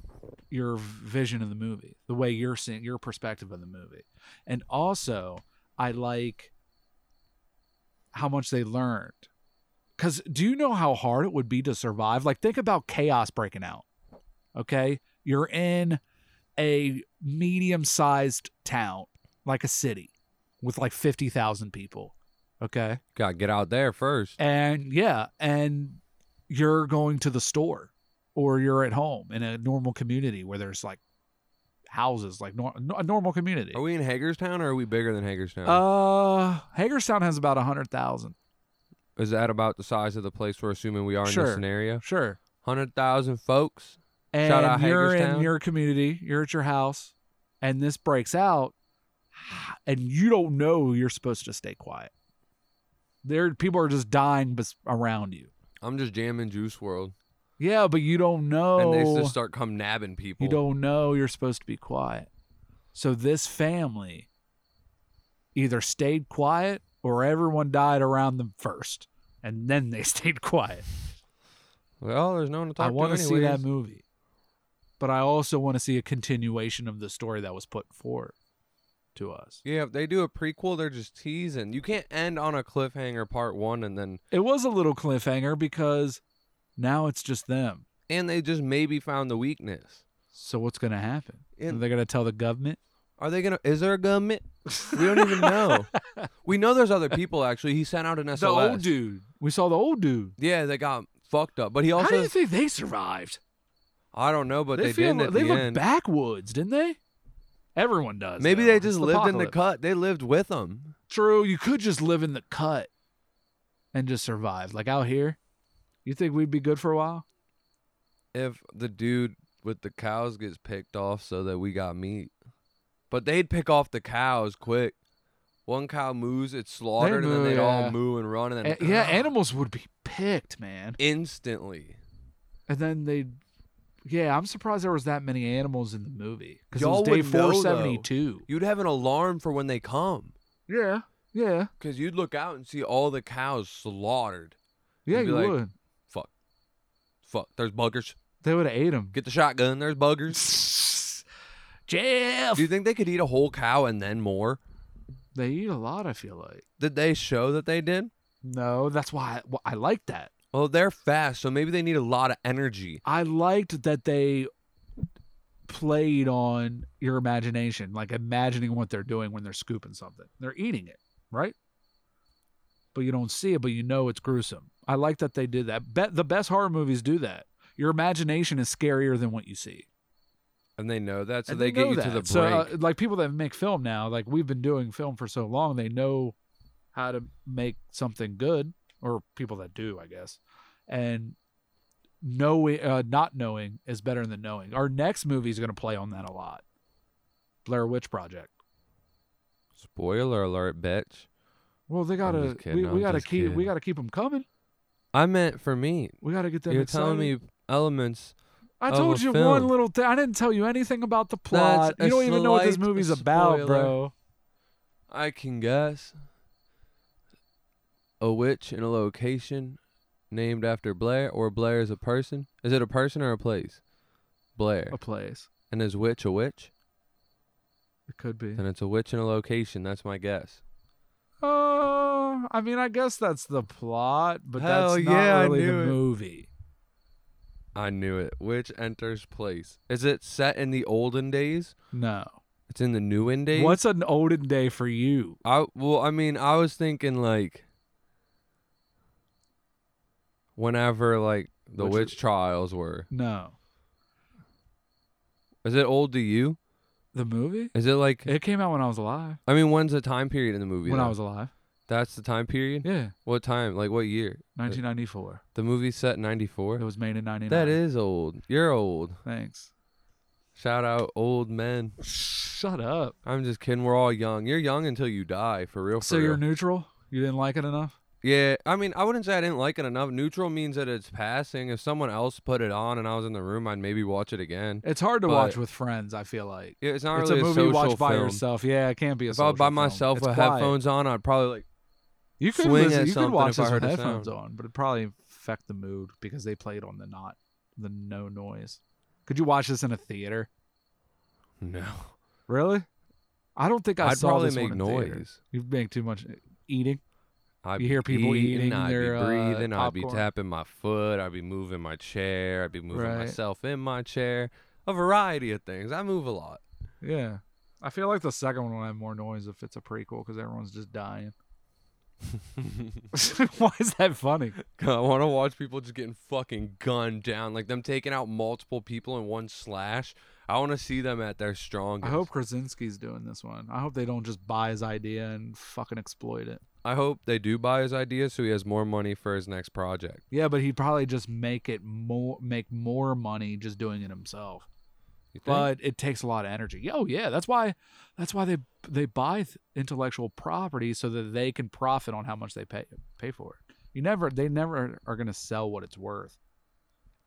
Speaker 2: your vision of the movie, the way you're seeing your perspective of the movie. And also, I like how much they learned. Cuz do you know how hard it would be to survive? Like think about chaos breaking out. Okay? You're in a medium-sized town, like a city with like 50,000 people. Okay?
Speaker 1: Gotta get out there first.
Speaker 2: And yeah, and you're going to the store or you're at home in a normal community where there's like houses, like nor- a normal community.
Speaker 1: Are we in Hagerstown or are we bigger than Hagerstown?
Speaker 2: Uh, Hagerstown has about a 100,000.
Speaker 1: Is that about the size of the place we're assuming we are in
Speaker 2: Sure.
Speaker 1: this scenario?
Speaker 2: Sure.
Speaker 1: 100,000 folks
Speaker 2: and
Speaker 1: Shout out
Speaker 2: you're in
Speaker 1: Hagerstown.
Speaker 2: your community, you're at your house, and this breaks out, and you don't know you're supposed to stay quiet. There, people are just dying bes- around you.
Speaker 1: I'm just jamming Juice World,
Speaker 2: Yeah, but you don't
Speaker 1: and
Speaker 2: know.
Speaker 1: they just start come nabbing people.
Speaker 2: Oh. you don't know you're supposed to be quiet. So this family either stayed quiet or everyone died around them first, and then they stayed quiet.
Speaker 1: Well, there's no one to talk
Speaker 2: I want to
Speaker 1: to
Speaker 2: see that
Speaker 1: anyways.
Speaker 2: movie. But I also want to see a continuation of the story that was put forward to us.
Speaker 1: Yeah, if they do a prequel, they're just teasing. You can't end on a cliffhanger part one and then
Speaker 2: It was a little cliffhanger because now it's just them.
Speaker 1: and they just maybe found the weakness.
Speaker 2: So what's going to happen?
Speaker 1: It-
Speaker 2: Are they going to tell the government?
Speaker 1: Are they gonna is there a government? We don't even know. we know there's other people actually. He sent out an SOS.
Speaker 2: The old dude. We saw the old dude.
Speaker 1: Yeah, they got fucked up. But he
Speaker 2: How
Speaker 1: also
Speaker 2: do you think they survived?
Speaker 1: I don't know, but they,
Speaker 2: feel
Speaker 1: didn't at
Speaker 2: they
Speaker 1: the
Speaker 2: look
Speaker 1: end.
Speaker 2: backwoods, didn't they? Everyone does.
Speaker 1: Maybe
Speaker 2: though.
Speaker 1: they
Speaker 2: It's
Speaker 1: just
Speaker 2: the
Speaker 1: lived in the
Speaker 2: apocalypse.
Speaker 1: cut. They lived with them.
Speaker 2: True, you could just live in the cut and just survive. Like out here, you think we'd be good for a while?
Speaker 1: If the dude with the cows gets picked off so that we got meat. But they'd pick off the cows quick. One cow moos, it's slaughtered, and then
Speaker 2: moo,
Speaker 1: they'd
Speaker 2: yeah.
Speaker 1: all moo and run, and then uh,
Speaker 2: A- yeah, animals would be picked, man.
Speaker 1: instantly.
Speaker 2: And then they, yeah, I'm surprised there was that many animals in the movie because it was
Speaker 1: Y'all
Speaker 2: day
Speaker 1: would know, though.
Speaker 2: 472.
Speaker 1: You'd have an alarm for when they come,
Speaker 2: Yeah, yeah,
Speaker 1: cause you'd look out and see all the cows slaughtered.
Speaker 2: yeah.
Speaker 1: You'd be
Speaker 2: You
Speaker 1: like-
Speaker 2: would.
Speaker 1: Fuck, fuck. There's buggers.
Speaker 2: They would have ate them.
Speaker 1: Get the shotgun. There's buggers.
Speaker 2: Jeff.
Speaker 1: Do you think they could eat a whole cow and then more?
Speaker 2: They eat a lot. I feel like.
Speaker 1: Did they show that they did?
Speaker 2: No, that's why I, why I like that.
Speaker 1: Well, they're fast, so maybe they need a lot of energy.
Speaker 2: I liked that they played on your imagination, like imagining what they're doing when they're scooping something. They're eating it, right? But you don't see it, but you know it's gruesome. I like that they did that. Bet the best horror movies do that. Your imagination is scarier than what you see.
Speaker 1: And they know that, so
Speaker 2: And
Speaker 1: they, get
Speaker 2: know
Speaker 1: you to
Speaker 2: that.
Speaker 1: the break.
Speaker 2: So, uh, like people that make film now, like we've been doing film for so long, they know how to make something good, or people that do, I guess. And knowing, uh, not knowing is better than knowing. Our next movie is going to play on that a lot. Blair Witch Project.
Speaker 1: Spoiler alert, bitch.
Speaker 2: Well, they
Speaker 1: I'm
Speaker 2: gotta
Speaker 1: just kidding.
Speaker 2: we, we
Speaker 1: I'm
Speaker 2: gotta
Speaker 1: just
Speaker 2: keep we
Speaker 1: kidding.
Speaker 2: gotta keep them coming.
Speaker 1: I meant for me.
Speaker 2: We gotta get them.
Speaker 1: You're
Speaker 2: excited.
Speaker 1: telling me elements.
Speaker 2: I
Speaker 1: of
Speaker 2: told
Speaker 1: a
Speaker 2: you
Speaker 1: film.
Speaker 2: one little thing. I didn't tell you anything about the plot.
Speaker 1: a
Speaker 2: you don't even know what this
Speaker 1: slight
Speaker 2: movie's about,
Speaker 1: spoiler.
Speaker 2: bro.
Speaker 1: I can guess. A witch in a location named after Blair, or Blair is a person. Is it a person or a place? Blair.
Speaker 2: A place.
Speaker 1: And is witch a witch?
Speaker 2: It could be.
Speaker 1: Then it's a witch in a location. That's my guess.
Speaker 2: Uh, I mean, I guess that's the plot, but
Speaker 1: Hell
Speaker 2: that's
Speaker 1: yeah,
Speaker 2: not
Speaker 1: I
Speaker 2: really the
Speaker 1: knew it.
Speaker 2: movie.
Speaker 1: I knew it. Witch enters place. Is it set in the olden days?
Speaker 2: No.
Speaker 1: It's in the newen days?
Speaker 2: What's an olden day for you?
Speaker 1: I well, I mean, I was thinking like whenever like the
Speaker 2: Witch-
Speaker 1: witch trials were.
Speaker 2: No.
Speaker 1: Is it old to you?
Speaker 2: The movie?
Speaker 1: Is it like
Speaker 2: It came out when I was alive.
Speaker 1: I mean, when's the time period in the movie?
Speaker 2: When I
Speaker 1: though?
Speaker 2: was alive.
Speaker 1: That's the time period.
Speaker 2: Yeah.
Speaker 1: What time? Like what year?
Speaker 2: 1994.
Speaker 1: The movie's set in
Speaker 2: It
Speaker 1: '94.
Speaker 2: was made in 99.
Speaker 1: That is old. You're old.
Speaker 2: Thanks.
Speaker 1: Shout out old men.
Speaker 2: Shut up.
Speaker 1: I'm just kidding. We're all young. You're young until you die, for real. Oh, For
Speaker 2: So
Speaker 1: real.
Speaker 2: you're neutral? You didn't like it enough?
Speaker 1: Yeah, I mean, I wouldn't say I didn't like it enough. Neutral means that it's passing. If someone else put it on and I was in the room, I'd maybe watch it again.
Speaker 2: It's hard to
Speaker 1: But-
Speaker 2: watch with friends, I feel like.
Speaker 1: Yeah, it's not
Speaker 2: it's
Speaker 1: really
Speaker 2: a
Speaker 1: a,
Speaker 2: movie you
Speaker 1: social
Speaker 2: watch by
Speaker 1: film.
Speaker 2: yourself. Yeah, it can't be a
Speaker 1: If I
Speaker 2: social
Speaker 1: was by
Speaker 2: film.
Speaker 1: myself
Speaker 2: It's
Speaker 1: with
Speaker 2: quiet.
Speaker 1: headphones on, I'd probably like.
Speaker 2: You could
Speaker 1: swing
Speaker 2: listen,
Speaker 1: at
Speaker 2: you could
Speaker 1: something
Speaker 2: watch
Speaker 1: if I
Speaker 2: this with
Speaker 1: heard a
Speaker 2: headphones
Speaker 1: sound.
Speaker 2: on, but it'd probably affect the mood because they played on the not the no noise. Could you watch this in a theater?
Speaker 1: No,
Speaker 2: Really? I don't think I
Speaker 1: I'd
Speaker 2: saw
Speaker 1: probably
Speaker 2: this
Speaker 1: make
Speaker 2: one in theater.
Speaker 1: noise.
Speaker 2: You make too much eating.
Speaker 1: I'd
Speaker 2: You hear people
Speaker 1: eat,
Speaker 2: eating
Speaker 1: and I'd
Speaker 2: their,
Speaker 1: be
Speaker 2: uh,
Speaker 1: breathing. I'd be
Speaker 2: popcorn.
Speaker 1: tapping my foot. I'd be moving my chair. I'd be moving
Speaker 2: Right.
Speaker 1: myself in my chair. A variety of things. I move a lot.
Speaker 2: Yeah. I feel like the second one will have more noise if it's a prequel because everyone's just dying. Why is that funny?
Speaker 1: I want to watch people just getting fucking gunned down, like them taking out multiple people in one slash. I want to see them at their strongest.
Speaker 2: I hope Krasinski's doing this one. I hope they don't just buy his idea and fucking exploit it.
Speaker 1: I hope they do buy his idea so he has more money for his next project.
Speaker 2: Yeah, but he'd probably just make it more, make more money just doing it himself.
Speaker 1: You think?
Speaker 2: but it takes a lot of energy. Oh yeah, that's why that's why they they buy th- intellectual property so that they can profit on how much they pay pay for it. You never they never are going to sell what it's worth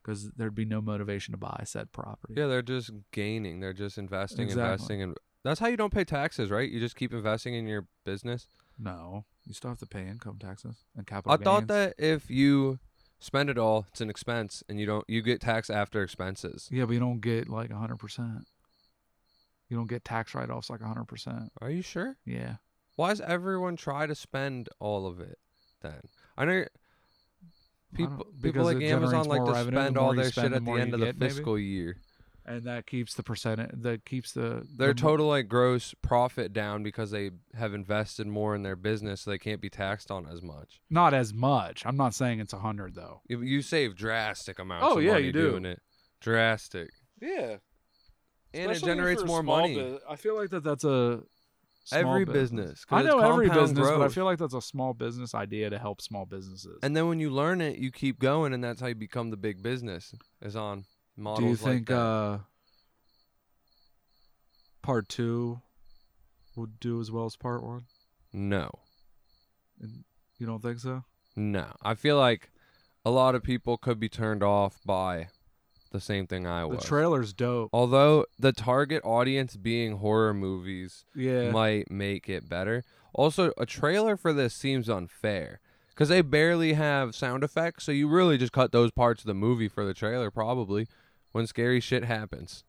Speaker 2: because there'd be no motivation to buy said property.
Speaker 1: yeah, they're just gaining. They're just investing,
Speaker 2: Exactly.
Speaker 1: investing, and that's how you don't pay taxes, right? You just keep investing in your business.
Speaker 2: No, you still have to pay income taxes and capital.
Speaker 1: I thought
Speaker 2: gains.
Speaker 1: that if you spend it all, it's an expense, and you don't you get taxed after expenses.
Speaker 2: Yeah, but you don't get like hundred percent. You don't get tax write offs like hundred percent.
Speaker 1: Are you sure?
Speaker 2: Yeah,
Speaker 1: Why does everyone try to spend all of it then? I know
Speaker 2: I
Speaker 1: people
Speaker 2: don't-
Speaker 1: people
Speaker 2: because
Speaker 1: like
Speaker 2: it
Speaker 1: Amazon
Speaker 2: generates
Speaker 1: like
Speaker 2: more
Speaker 1: to
Speaker 2: revenue. The
Speaker 1: spend
Speaker 2: more
Speaker 1: all
Speaker 2: you
Speaker 1: their
Speaker 2: spend,
Speaker 1: shit
Speaker 2: the
Speaker 1: at the
Speaker 2: more you
Speaker 1: end of the
Speaker 2: get, maybe?
Speaker 1: fiscal year.
Speaker 2: and that keeps the percentage. That keeps the
Speaker 1: Their
Speaker 2: the mo-
Speaker 1: total like gross profit down because they have invested more in their business, so they can't be taxed on as much.
Speaker 2: not as much. I'm not saying it's a hundred though.
Speaker 1: You, you save drastic amounts.
Speaker 2: Oh,
Speaker 1: of
Speaker 2: yeah,
Speaker 1: money
Speaker 2: you do.
Speaker 1: doing it. Drastic,
Speaker 2: Yeah,
Speaker 1: and it generates more money.
Speaker 2: I feel like that that's a
Speaker 1: every business. 'cause
Speaker 2: I
Speaker 1: it's
Speaker 2: know every
Speaker 1: compound
Speaker 2: business, but I
Speaker 1: growth.
Speaker 2: feel like that's a small business idea to help small businesses.
Speaker 1: And then when you learn it, you keep going, and that's how you become the big business. Is on models
Speaker 2: Do you think
Speaker 1: like that.
Speaker 2: uh, part two would do as well as part one?
Speaker 1: no,
Speaker 2: And you don't think so?
Speaker 1: no. I feel like a lot of people could be turned off by the same thing I
Speaker 2: The
Speaker 1: was.
Speaker 2: trailer's dope.
Speaker 1: Although the target audience being horror movies
Speaker 2: Yeah,
Speaker 1: might make it better. Also, a trailer for this seems unfair because they barely have sound effects, so you really just cut those parts of the movie for the trailer, probably, when scary shit happens.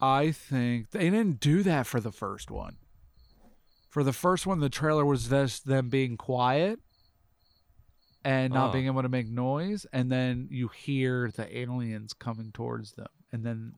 Speaker 2: I think they didn't do that for the first one. For the first one, the trailer was just them being quiet and not
Speaker 1: Oh.
Speaker 2: being able to make noise, and then you hear the aliens coming towards them, and then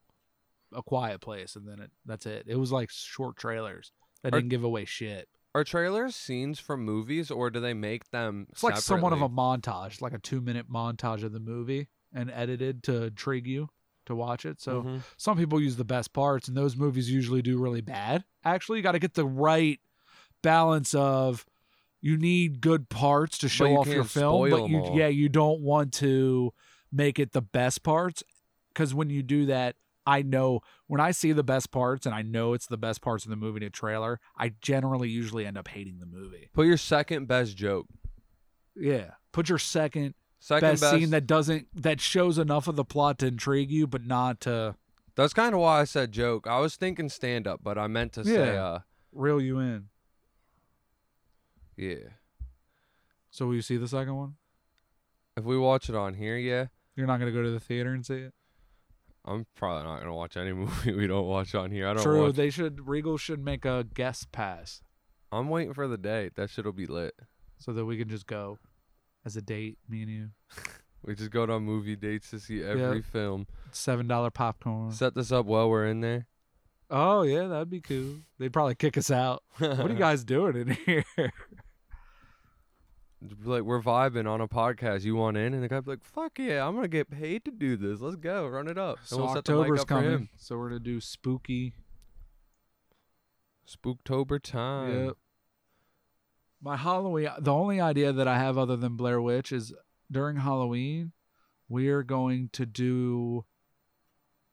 Speaker 2: a quiet place, and then it, that's it. It was like short trailers that
Speaker 1: Are-
Speaker 2: didn't give away shit.
Speaker 1: Are trailers scenes from movies, or do they make them?
Speaker 2: It's like somewhat of a
Speaker 1: separately?
Speaker 2: montage, like a two minute montage of the movie and edited to intrigue you to watch it. So
Speaker 1: Mhm.
Speaker 2: some people use the best parts and those movies usually do really bad actually you got to get the right balance of you need good parts to show
Speaker 1: you
Speaker 2: off your
Speaker 1: can't
Speaker 2: film
Speaker 1: spoil
Speaker 2: but
Speaker 1: 'em
Speaker 2: you
Speaker 1: all.
Speaker 2: yeah you don't want to make it the best parts because when you do that i know when i see the best parts and i know it's the best parts of the movie in a trailer i generally usually end up hating the movie
Speaker 1: Put your second best joke.
Speaker 2: yeah put your second
Speaker 1: Second
Speaker 2: best,
Speaker 1: best.
Speaker 2: scene that doesn't that shows enough of the plot to intrigue you but not to
Speaker 1: That's kind of why I said joke. I was thinking stand up, but I meant to say
Speaker 2: Yeah.
Speaker 1: uh
Speaker 2: reel you in
Speaker 1: yeah.
Speaker 2: so will you see the second one
Speaker 1: If we watch it on here, yeah,
Speaker 2: You're not gonna go to the theater and see it.
Speaker 1: I'm probably not gonna watch any movie we don't watch on here. I don't.
Speaker 2: True.
Speaker 1: Watch,
Speaker 2: They should Regal should make a guest pass
Speaker 1: I'm waiting for the day that shit'll be lit.
Speaker 2: so that we can just go as a date, me and you.
Speaker 1: We just go on movie dates to see every film.
Speaker 2: Seven dollar popcorn.
Speaker 1: Set this up while we're in there.
Speaker 2: oh yeah, that'd be cool. They'd probably kick us out. What are you guys doing in here?
Speaker 1: like we're vibing on a podcast. You want in? And the guy be like, "Fuck yeah, I'm gonna get paid to do this. Let's go, run it up."
Speaker 2: so
Speaker 1: and we'll set the mic
Speaker 2: October's
Speaker 1: up for him.
Speaker 2: coming. So we're gonna do spooky.
Speaker 1: Spooktober time.
Speaker 2: Yep. My Halloween. The only idea that I have other than Blair Witch is during Halloween, we are going to do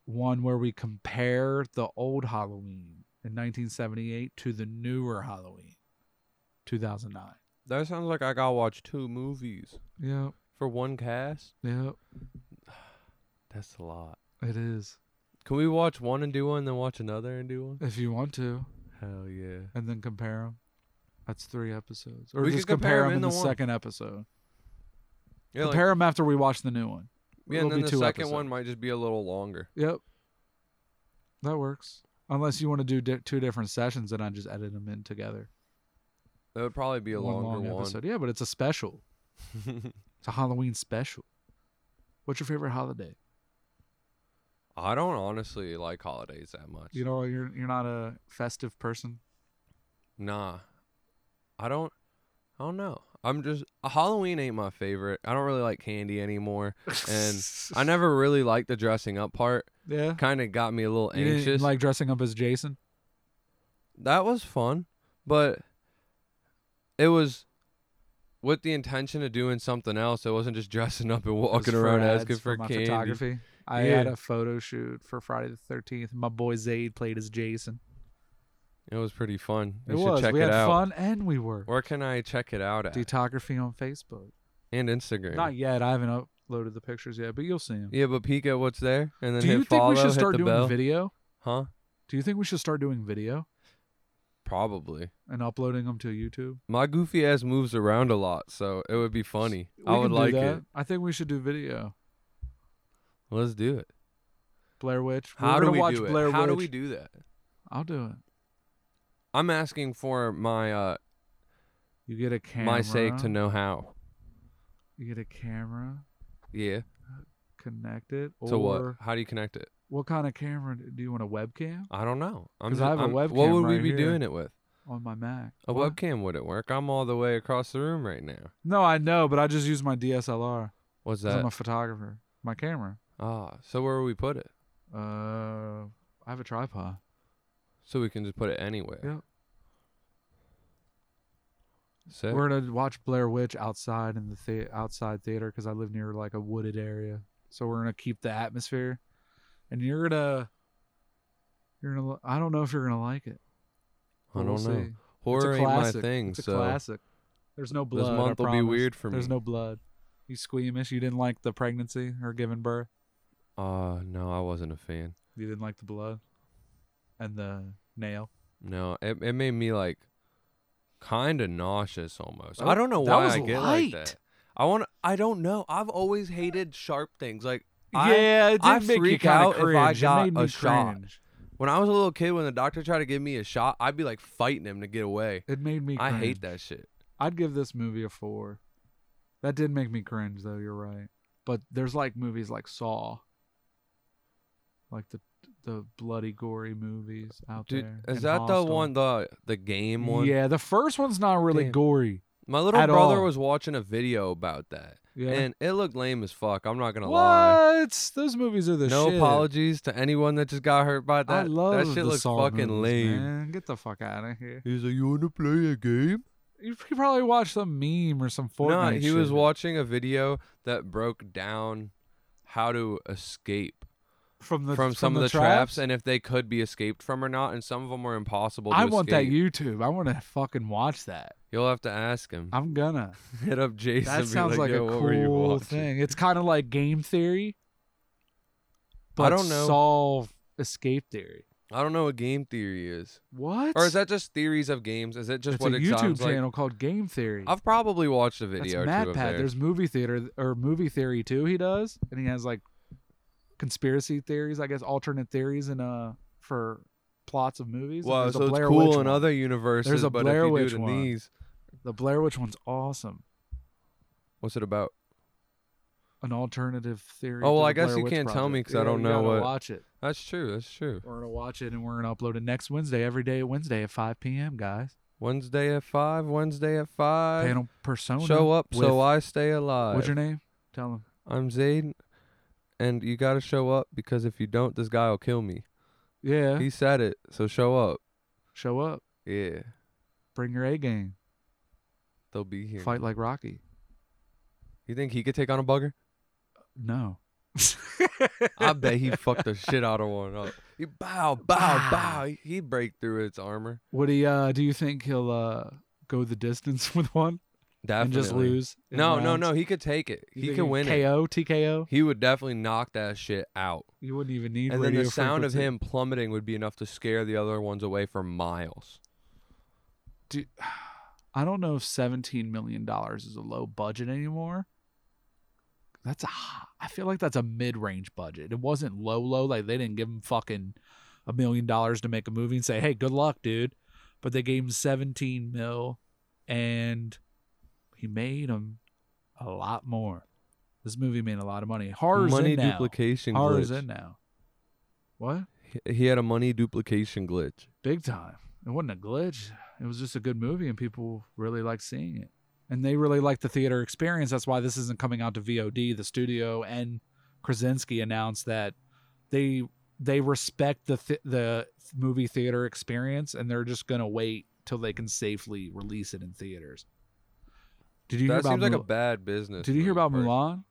Speaker 2: one where we compare the old Halloween in 1978 to the newer Halloween, 2009.
Speaker 1: That sounds like I gotta watch two movies
Speaker 2: Yep.
Speaker 1: for one cast.
Speaker 2: Yep.
Speaker 1: That's a lot.
Speaker 2: It is.
Speaker 1: Can we watch one and do one, then watch another and do one?
Speaker 2: If you want to,
Speaker 1: Hell yeah.
Speaker 2: and then compare them. That's three episodes, or
Speaker 1: We
Speaker 2: just
Speaker 1: could compare
Speaker 2: compare
Speaker 1: 'em
Speaker 2: them in the,
Speaker 1: in the one.
Speaker 2: second episode.
Speaker 1: Yeah, like-
Speaker 2: compare them after we watch the new one.
Speaker 1: yeah and
Speaker 2: It'll
Speaker 1: then
Speaker 2: be
Speaker 1: the
Speaker 2: two
Speaker 1: second
Speaker 2: episodes.
Speaker 1: one might just be a little longer.
Speaker 2: Yep. That works. Unless you want to do di- two different sessions and I just edit them in together.
Speaker 1: That would probably be a
Speaker 2: one
Speaker 1: longer
Speaker 2: long
Speaker 1: one.
Speaker 2: episode. Yeah, but it's a special. It's a Halloween special. What's your favorite holiday?
Speaker 1: I don't honestly like holidays that much.
Speaker 2: You know, you're you're not a festive person.
Speaker 1: nah. I don't I don't know. I'm just Halloween ain't my favorite. I don't really like candy anymore. And I never really liked the dressing up part.
Speaker 2: Yeah.
Speaker 1: kind of got me a little
Speaker 2: You didn't
Speaker 1: anxious.
Speaker 2: like dressing up as Jason.
Speaker 1: that was fun, but it was with the intention of doing something else. It wasn't just dressing up and walking
Speaker 2: It was
Speaker 1: around
Speaker 2: ads
Speaker 1: asking for,
Speaker 2: my
Speaker 1: candy.
Speaker 2: photography. I
Speaker 1: Yeah.
Speaker 2: had a photo shoot for Friday the Thirteenth. My boy Zayd played as Jason.
Speaker 1: It was pretty fun. You
Speaker 2: it
Speaker 1: should
Speaker 2: was.
Speaker 1: check
Speaker 2: we
Speaker 1: it
Speaker 2: had
Speaker 1: out.
Speaker 2: fun and we were
Speaker 1: Where can I check it out at?
Speaker 2: Detography on Facebook.
Speaker 1: and Instagram.
Speaker 2: Not yet. I haven't uploaded the pictures yet, but you'll see them.
Speaker 1: yeah, but peek at what's there and then
Speaker 2: Do
Speaker 1: hit
Speaker 2: you think
Speaker 1: follow,
Speaker 2: we should
Speaker 1: hit
Speaker 2: start
Speaker 1: the
Speaker 2: doing
Speaker 1: bell.
Speaker 2: video?
Speaker 1: Huh?
Speaker 2: Do you think we should start doing video
Speaker 1: Probably.
Speaker 2: and uploading them to YouTube?
Speaker 1: My goofy ass moves around a lot, so it would be funny.
Speaker 2: We
Speaker 1: I
Speaker 2: can
Speaker 1: would
Speaker 2: do
Speaker 1: like
Speaker 2: that.
Speaker 1: it.
Speaker 2: I think we should do video.
Speaker 1: Let's do it.
Speaker 2: Blair Witch. We're
Speaker 1: How do
Speaker 2: gonna
Speaker 1: we
Speaker 2: watch
Speaker 1: do it?
Speaker 2: Blair
Speaker 1: How do
Speaker 2: Witch.
Speaker 1: we do that?
Speaker 2: I'll do it.
Speaker 1: I'm asking for my uh
Speaker 2: You get a camera.
Speaker 1: my sake to know how.
Speaker 2: You get a camera.
Speaker 1: Yeah.
Speaker 2: Connect it. Or
Speaker 1: So what? How do you connect it?
Speaker 2: What kind of camera do do you want? A webcam
Speaker 1: I don't know. I'm
Speaker 2: 'Cause
Speaker 1: just,
Speaker 2: I have a
Speaker 1: I'm- What
Speaker 2: webcam
Speaker 1: would we
Speaker 2: right
Speaker 1: be
Speaker 2: here.
Speaker 1: doing it with?
Speaker 2: on my Mac?
Speaker 1: A
Speaker 2: What?
Speaker 1: webcam wouldn't work. I'm all the way across the room right now.
Speaker 2: No, I know, but I just use my DSLR.
Speaker 1: What's
Speaker 2: 'cause
Speaker 1: that?
Speaker 2: I'm a photographer. My camera.
Speaker 1: ah, so where would we put it?
Speaker 2: Uh, I have a tripod.
Speaker 1: So we can just put it anywhere.
Speaker 2: Yeah.
Speaker 1: Sick.
Speaker 2: We're gonna watch Blair Witch outside in the, thea- outside theater because I live near like a wooded area. So we're gonna keep the atmosphere, and you're gonna, you're gonna. li- I don't know if you're gonna like it.
Speaker 1: I
Speaker 2: but we'll
Speaker 1: don't know.
Speaker 2: see.
Speaker 1: Horror
Speaker 2: it's a
Speaker 1: ain't my
Speaker 2: classic.
Speaker 1: thing,
Speaker 2: It's a
Speaker 1: so
Speaker 2: classic. There's no blood.
Speaker 1: this
Speaker 2: I
Speaker 1: month will be
Speaker 2: promise.
Speaker 1: weird for
Speaker 2: There's
Speaker 1: me.
Speaker 2: no blood. You squeamish. You didn't like the pregnancy or giving birth.
Speaker 1: Uh no, I wasn't a fan.
Speaker 2: You didn't like the blood, and the nail.
Speaker 1: No, it it made me like kind of nauseous almost.
Speaker 2: Oh,
Speaker 1: I don't know
Speaker 2: that
Speaker 1: why
Speaker 2: was
Speaker 1: I get like that.
Speaker 2: light.
Speaker 1: I want I don't know. I've always hated sharp things. Like I
Speaker 2: yeah, it did
Speaker 1: I
Speaker 2: make you
Speaker 1: freak
Speaker 2: kind
Speaker 1: out
Speaker 2: of
Speaker 1: if I
Speaker 2: cringe. It
Speaker 1: got
Speaker 2: made me
Speaker 1: a shot.
Speaker 2: cringe.
Speaker 1: when I was a little kid when the doctor tried to give me a shot, I'd be like fighting him to get away.
Speaker 2: It made me.
Speaker 1: I
Speaker 2: Cringe.
Speaker 1: hate that shit.
Speaker 2: I'd give this movie a four. That did make me cringe, though. You're right. But there's like movies like Saw, like the the bloody gory movies out
Speaker 1: Dude,
Speaker 2: there.
Speaker 1: is
Speaker 2: and
Speaker 1: that
Speaker 2: Hostel.
Speaker 1: the one the the game one?
Speaker 2: Yeah, the first one's not really
Speaker 1: Damn.
Speaker 2: gory.
Speaker 1: My little
Speaker 2: At
Speaker 1: brother
Speaker 2: all.
Speaker 1: was watching a video about that.
Speaker 2: Yeah.
Speaker 1: And it looked lame as fuck. I'm not gonna
Speaker 2: what?
Speaker 1: lie.
Speaker 2: Those movies are the
Speaker 1: No
Speaker 2: shit.
Speaker 1: apologies to anyone that just got hurt by that.
Speaker 2: I love
Speaker 1: that
Speaker 2: the
Speaker 1: shit looks
Speaker 2: Saw
Speaker 1: fucking
Speaker 2: movies,
Speaker 1: lame.
Speaker 2: Man. Get the fuck out of here.
Speaker 1: He's like, "You wanna play a game?"
Speaker 2: You p- probably watched some meme or some Fortnite.
Speaker 1: no, he was
Speaker 2: shit.
Speaker 1: watching a video that broke down how to escape
Speaker 2: from the
Speaker 1: from some
Speaker 2: the
Speaker 1: of the traps? and if they could be escaped from or not, and some of them were impossible. To
Speaker 2: I want that
Speaker 1: escape.
Speaker 2: YouTube. I want to fucking watch that.
Speaker 1: You'll have to ask him.
Speaker 2: I'm gonna.
Speaker 1: Hit up Jason. and
Speaker 2: That
Speaker 1: be
Speaker 2: sounds like,
Speaker 1: "Yo,
Speaker 2: a
Speaker 1: what were you
Speaker 2: cool
Speaker 1: watching?"
Speaker 2: thing. It's kind of like game theory.
Speaker 1: I don't know.
Speaker 2: Solve escape theory.
Speaker 1: I don't know what game theory is,
Speaker 2: What?
Speaker 1: or is that just theories of games? Is it just
Speaker 2: it's
Speaker 1: what
Speaker 2: a
Speaker 1: it
Speaker 2: YouTube
Speaker 1: sounds like?
Speaker 2: channel called Game Theory.
Speaker 1: I've probably watched a
Speaker 2: That's
Speaker 1: video or two
Speaker 2: Mad
Speaker 1: of
Speaker 2: Pat.
Speaker 1: theirs.
Speaker 2: There's movie theater th- or movie theory too. He does, and he has like conspiracy theories, I guess, alternate theories, and uh for plots of movies. And
Speaker 1: Wow,
Speaker 2: there's a
Speaker 1: so it's
Speaker 2: Blair
Speaker 1: cool
Speaker 2: Witch
Speaker 1: in
Speaker 2: one.
Speaker 1: other universes,
Speaker 2: There's a
Speaker 1: but
Speaker 2: Blair
Speaker 1: if you
Speaker 2: Witch
Speaker 1: do it in
Speaker 2: one.
Speaker 1: these,
Speaker 2: The Blair Witch one's awesome.
Speaker 1: what's it about?
Speaker 2: An alternative theory.
Speaker 1: Oh, well,
Speaker 2: to the
Speaker 1: I guess
Speaker 2: Blair
Speaker 1: you
Speaker 2: Witch
Speaker 1: can't tell me
Speaker 2: Project.
Speaker 1: 'cause I
Speaker 2: Yeah,
Speaker 1: don't
Speaker 2: you
Speaker 1: know
Speaker 2: gotta
Speaker 1: what-
Speaker 2: Watch it.
Speaker 1: That's true. That's true.
Speaker 2: We're gonna watch it and we're gonna upload it next Wednesday, every day at Wednesday at 5 p.m. Guys,
Speaker 1: Wednesday at five. Wednesday at five.
Speaker 2: panel persona.
Speaker 1: Uh, Show up
Speaker 2: with-
Speaker 1: so I stay alive.
Speaker 2: What's your name? Tell him.
Speaker 1: I'm Zayd, and you gotta show up because if you don't, this guy will kill me.
Speaker 2: Yeah.
Speaker 1: He said it, so show up.
Speaker 2: Show up.
Speaker 1: Yeah,
Speaker 2: Bring your A game.
Speaker 1: they'll be here.
Speaker 2: Fight like Rocky.
Speaker 1: You think he could take on a bugger?
Speaker 2: No.
Speaker 1: I bet he fucked the shit out of one up. He bow, bow,
Speaker 2: Bow.
Speaker 1: bow. He- He break through its armor.
Speaker 2: Would he? Uh, do you think he'll uh, go the distance with one
Speaker 1: Definitely.
Speaker 2: and just lose? in
Speaker 1: No, no,
Speaker 2: rounds?
Speaker 1: no. He could take it.
Speaker 2: You
Speaker 1: he
Speaker 2: think
Speaker 1: could win it.
Speaker 2: KO, TKO.
Speaker 1: He would definitely knock that shit out.
Speaker 2: You wouldn't even need.
Speaker 1: and then the
Speaker 2: radio
Speaker 1: sound of
Speaker 2: frequency.
Speaker 1: him plummeting would be enough to scare the other ones away for miles.
Speaker 2: Dude, I don't know if seventeen million dollars is a low budget anymore. That's a. h- I feel like that's a mid-range budget. It wasn't low, low. Like they didn't give him fucking a million dollars to make a movie and say, "Hey, good luck, dude." But they gave him seventeen mil, and he made him a lot more. This movie made a lot of money. Horror's
Speaker 1: money
Speaker 2: in now.
Speaker 1: duplication
Speaker 2: Horror's
Speaker 1: glitch.
Speaker 2: in now. What?
Speaker 1: He- He had a money duplication glitch.
Speaker 2: big time. It wasn't a glitch. It was just a good movie, and people really liked seeing it. And they really liked the theater experience. That's why this isn't coming out to VOD. The studio and Krasinski announced that they they respect the th- the movie theater experience and they're just going to wait till they can safely release it in theaters. Did you hear
Speaker 1: that
Speaker 2: about
Speaker 1: seems like a
Speaker 2: Mul-
Speaker 1: bad business.
Speaker 2: Did you hear
Speaker 1: move,
Speaker 2: about
Speaker 1: personally.
Speaker 2: Mulan?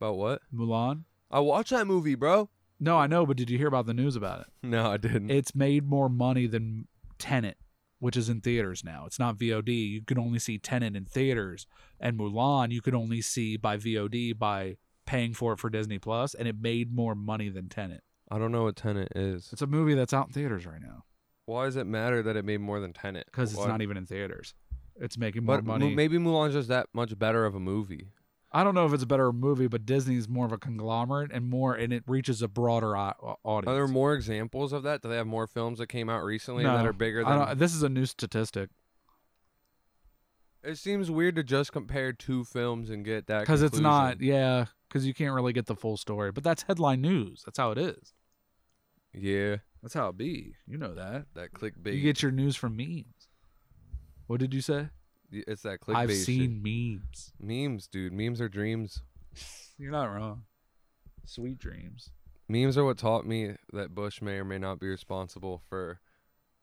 Speaker 1: About what?
Speaker 2: Mulan?
Speaker 1: I watched that movie, bro.
Speaker 2: No, I know, but did you hear about the news about it?
Speaker 1: No, I didn't.
Speaker 2: It's made more money than Tenet, which is in theaters now. It's not VOD. You can only see Tenet in theaters, and Mulan you could only see by VOD by paying for it for Disney Plus, and it made more money than Tenet.
Speaker 1: I don't know what Tenant is.
Speaker 2: It's a movie that's out in theaters right now
Speaker 1: Why does it matter that it made more than Tenant?
Speaker 2: because it's
Speaker 1: Why-
Speaker 2: not even in theaters. It's making more
Speaker 1: But Mu-
Speaker 2: money.
Speaker 1: maybe Mulan's just that much better of a movie.
Speaker 2: I don't know if it's a better movie, but Disney's more of a conglomerate and more, and it reaches a broader au- audience.
Speaker 1: Are there more examples of that? Do they have more films that came out recently that
Speaker 2: No,
Speaker 1: are bigger
Speaker 2: I
Speaker 1: than?
Speaker 2: don't- this is a new statistic
Speaker 1: It seems weird to just compare two films and get that
Speaker 2: because it's
Speaker 1: conclusion.
Speaker 2: not. Yeah, because you can't really get the full story, but that's headline news. That's how it is.
Speaker 1: Yeah,
Speaker 2: That's how it be. You know that.
Speaker 1: that clickbait.
Speaker 2: You get your news from memes. What did you say?
Speaker 1: it's that clickbait.
Speaker 2: I've
Speaker 1: shit.
Speaker 2: seen memes.
Speaker 1: memes, dude. Memes are dreams.
Speaker 2: You're not wrong. Sweet dreams.
Speaker 1: Memes are what taught me that Bush may or may not be responsible for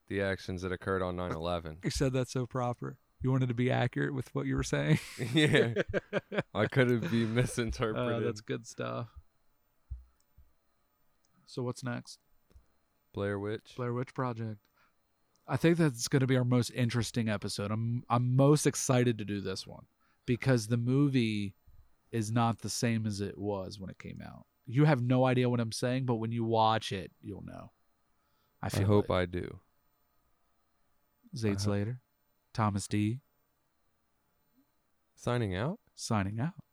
Speaker 1: the actions that occurred on 9/11.
Speaker 2: You said that so proper. You wanted to be accurate with what you were saying.
Speaker 1: yeah, I couldn't be
Speaker 2: Uh,
Speaker 1: misinterpreted.
Speaker 2: that's good stuff. So what's next?
Speaker 1: Blair Witch.
Speaker 2: Blair Witch Project. I think that's going to be our most interesting episode. I'm I'm most excited to do this one because the movie is not the same as it was when it came out. You have no idea what I'm saying, but when you watch it, you'll know. I
Speaker 1: I
Speaker 2: feel
Speaker 1: hope
Speaker 2: it.
Speaker 1: I do.
Speaker 2: Zaid
Speaker 1: I hope-
Speaker 2: Slater, Thomas D,
Speaker 1: Signing out.
Speaker 2: signing out.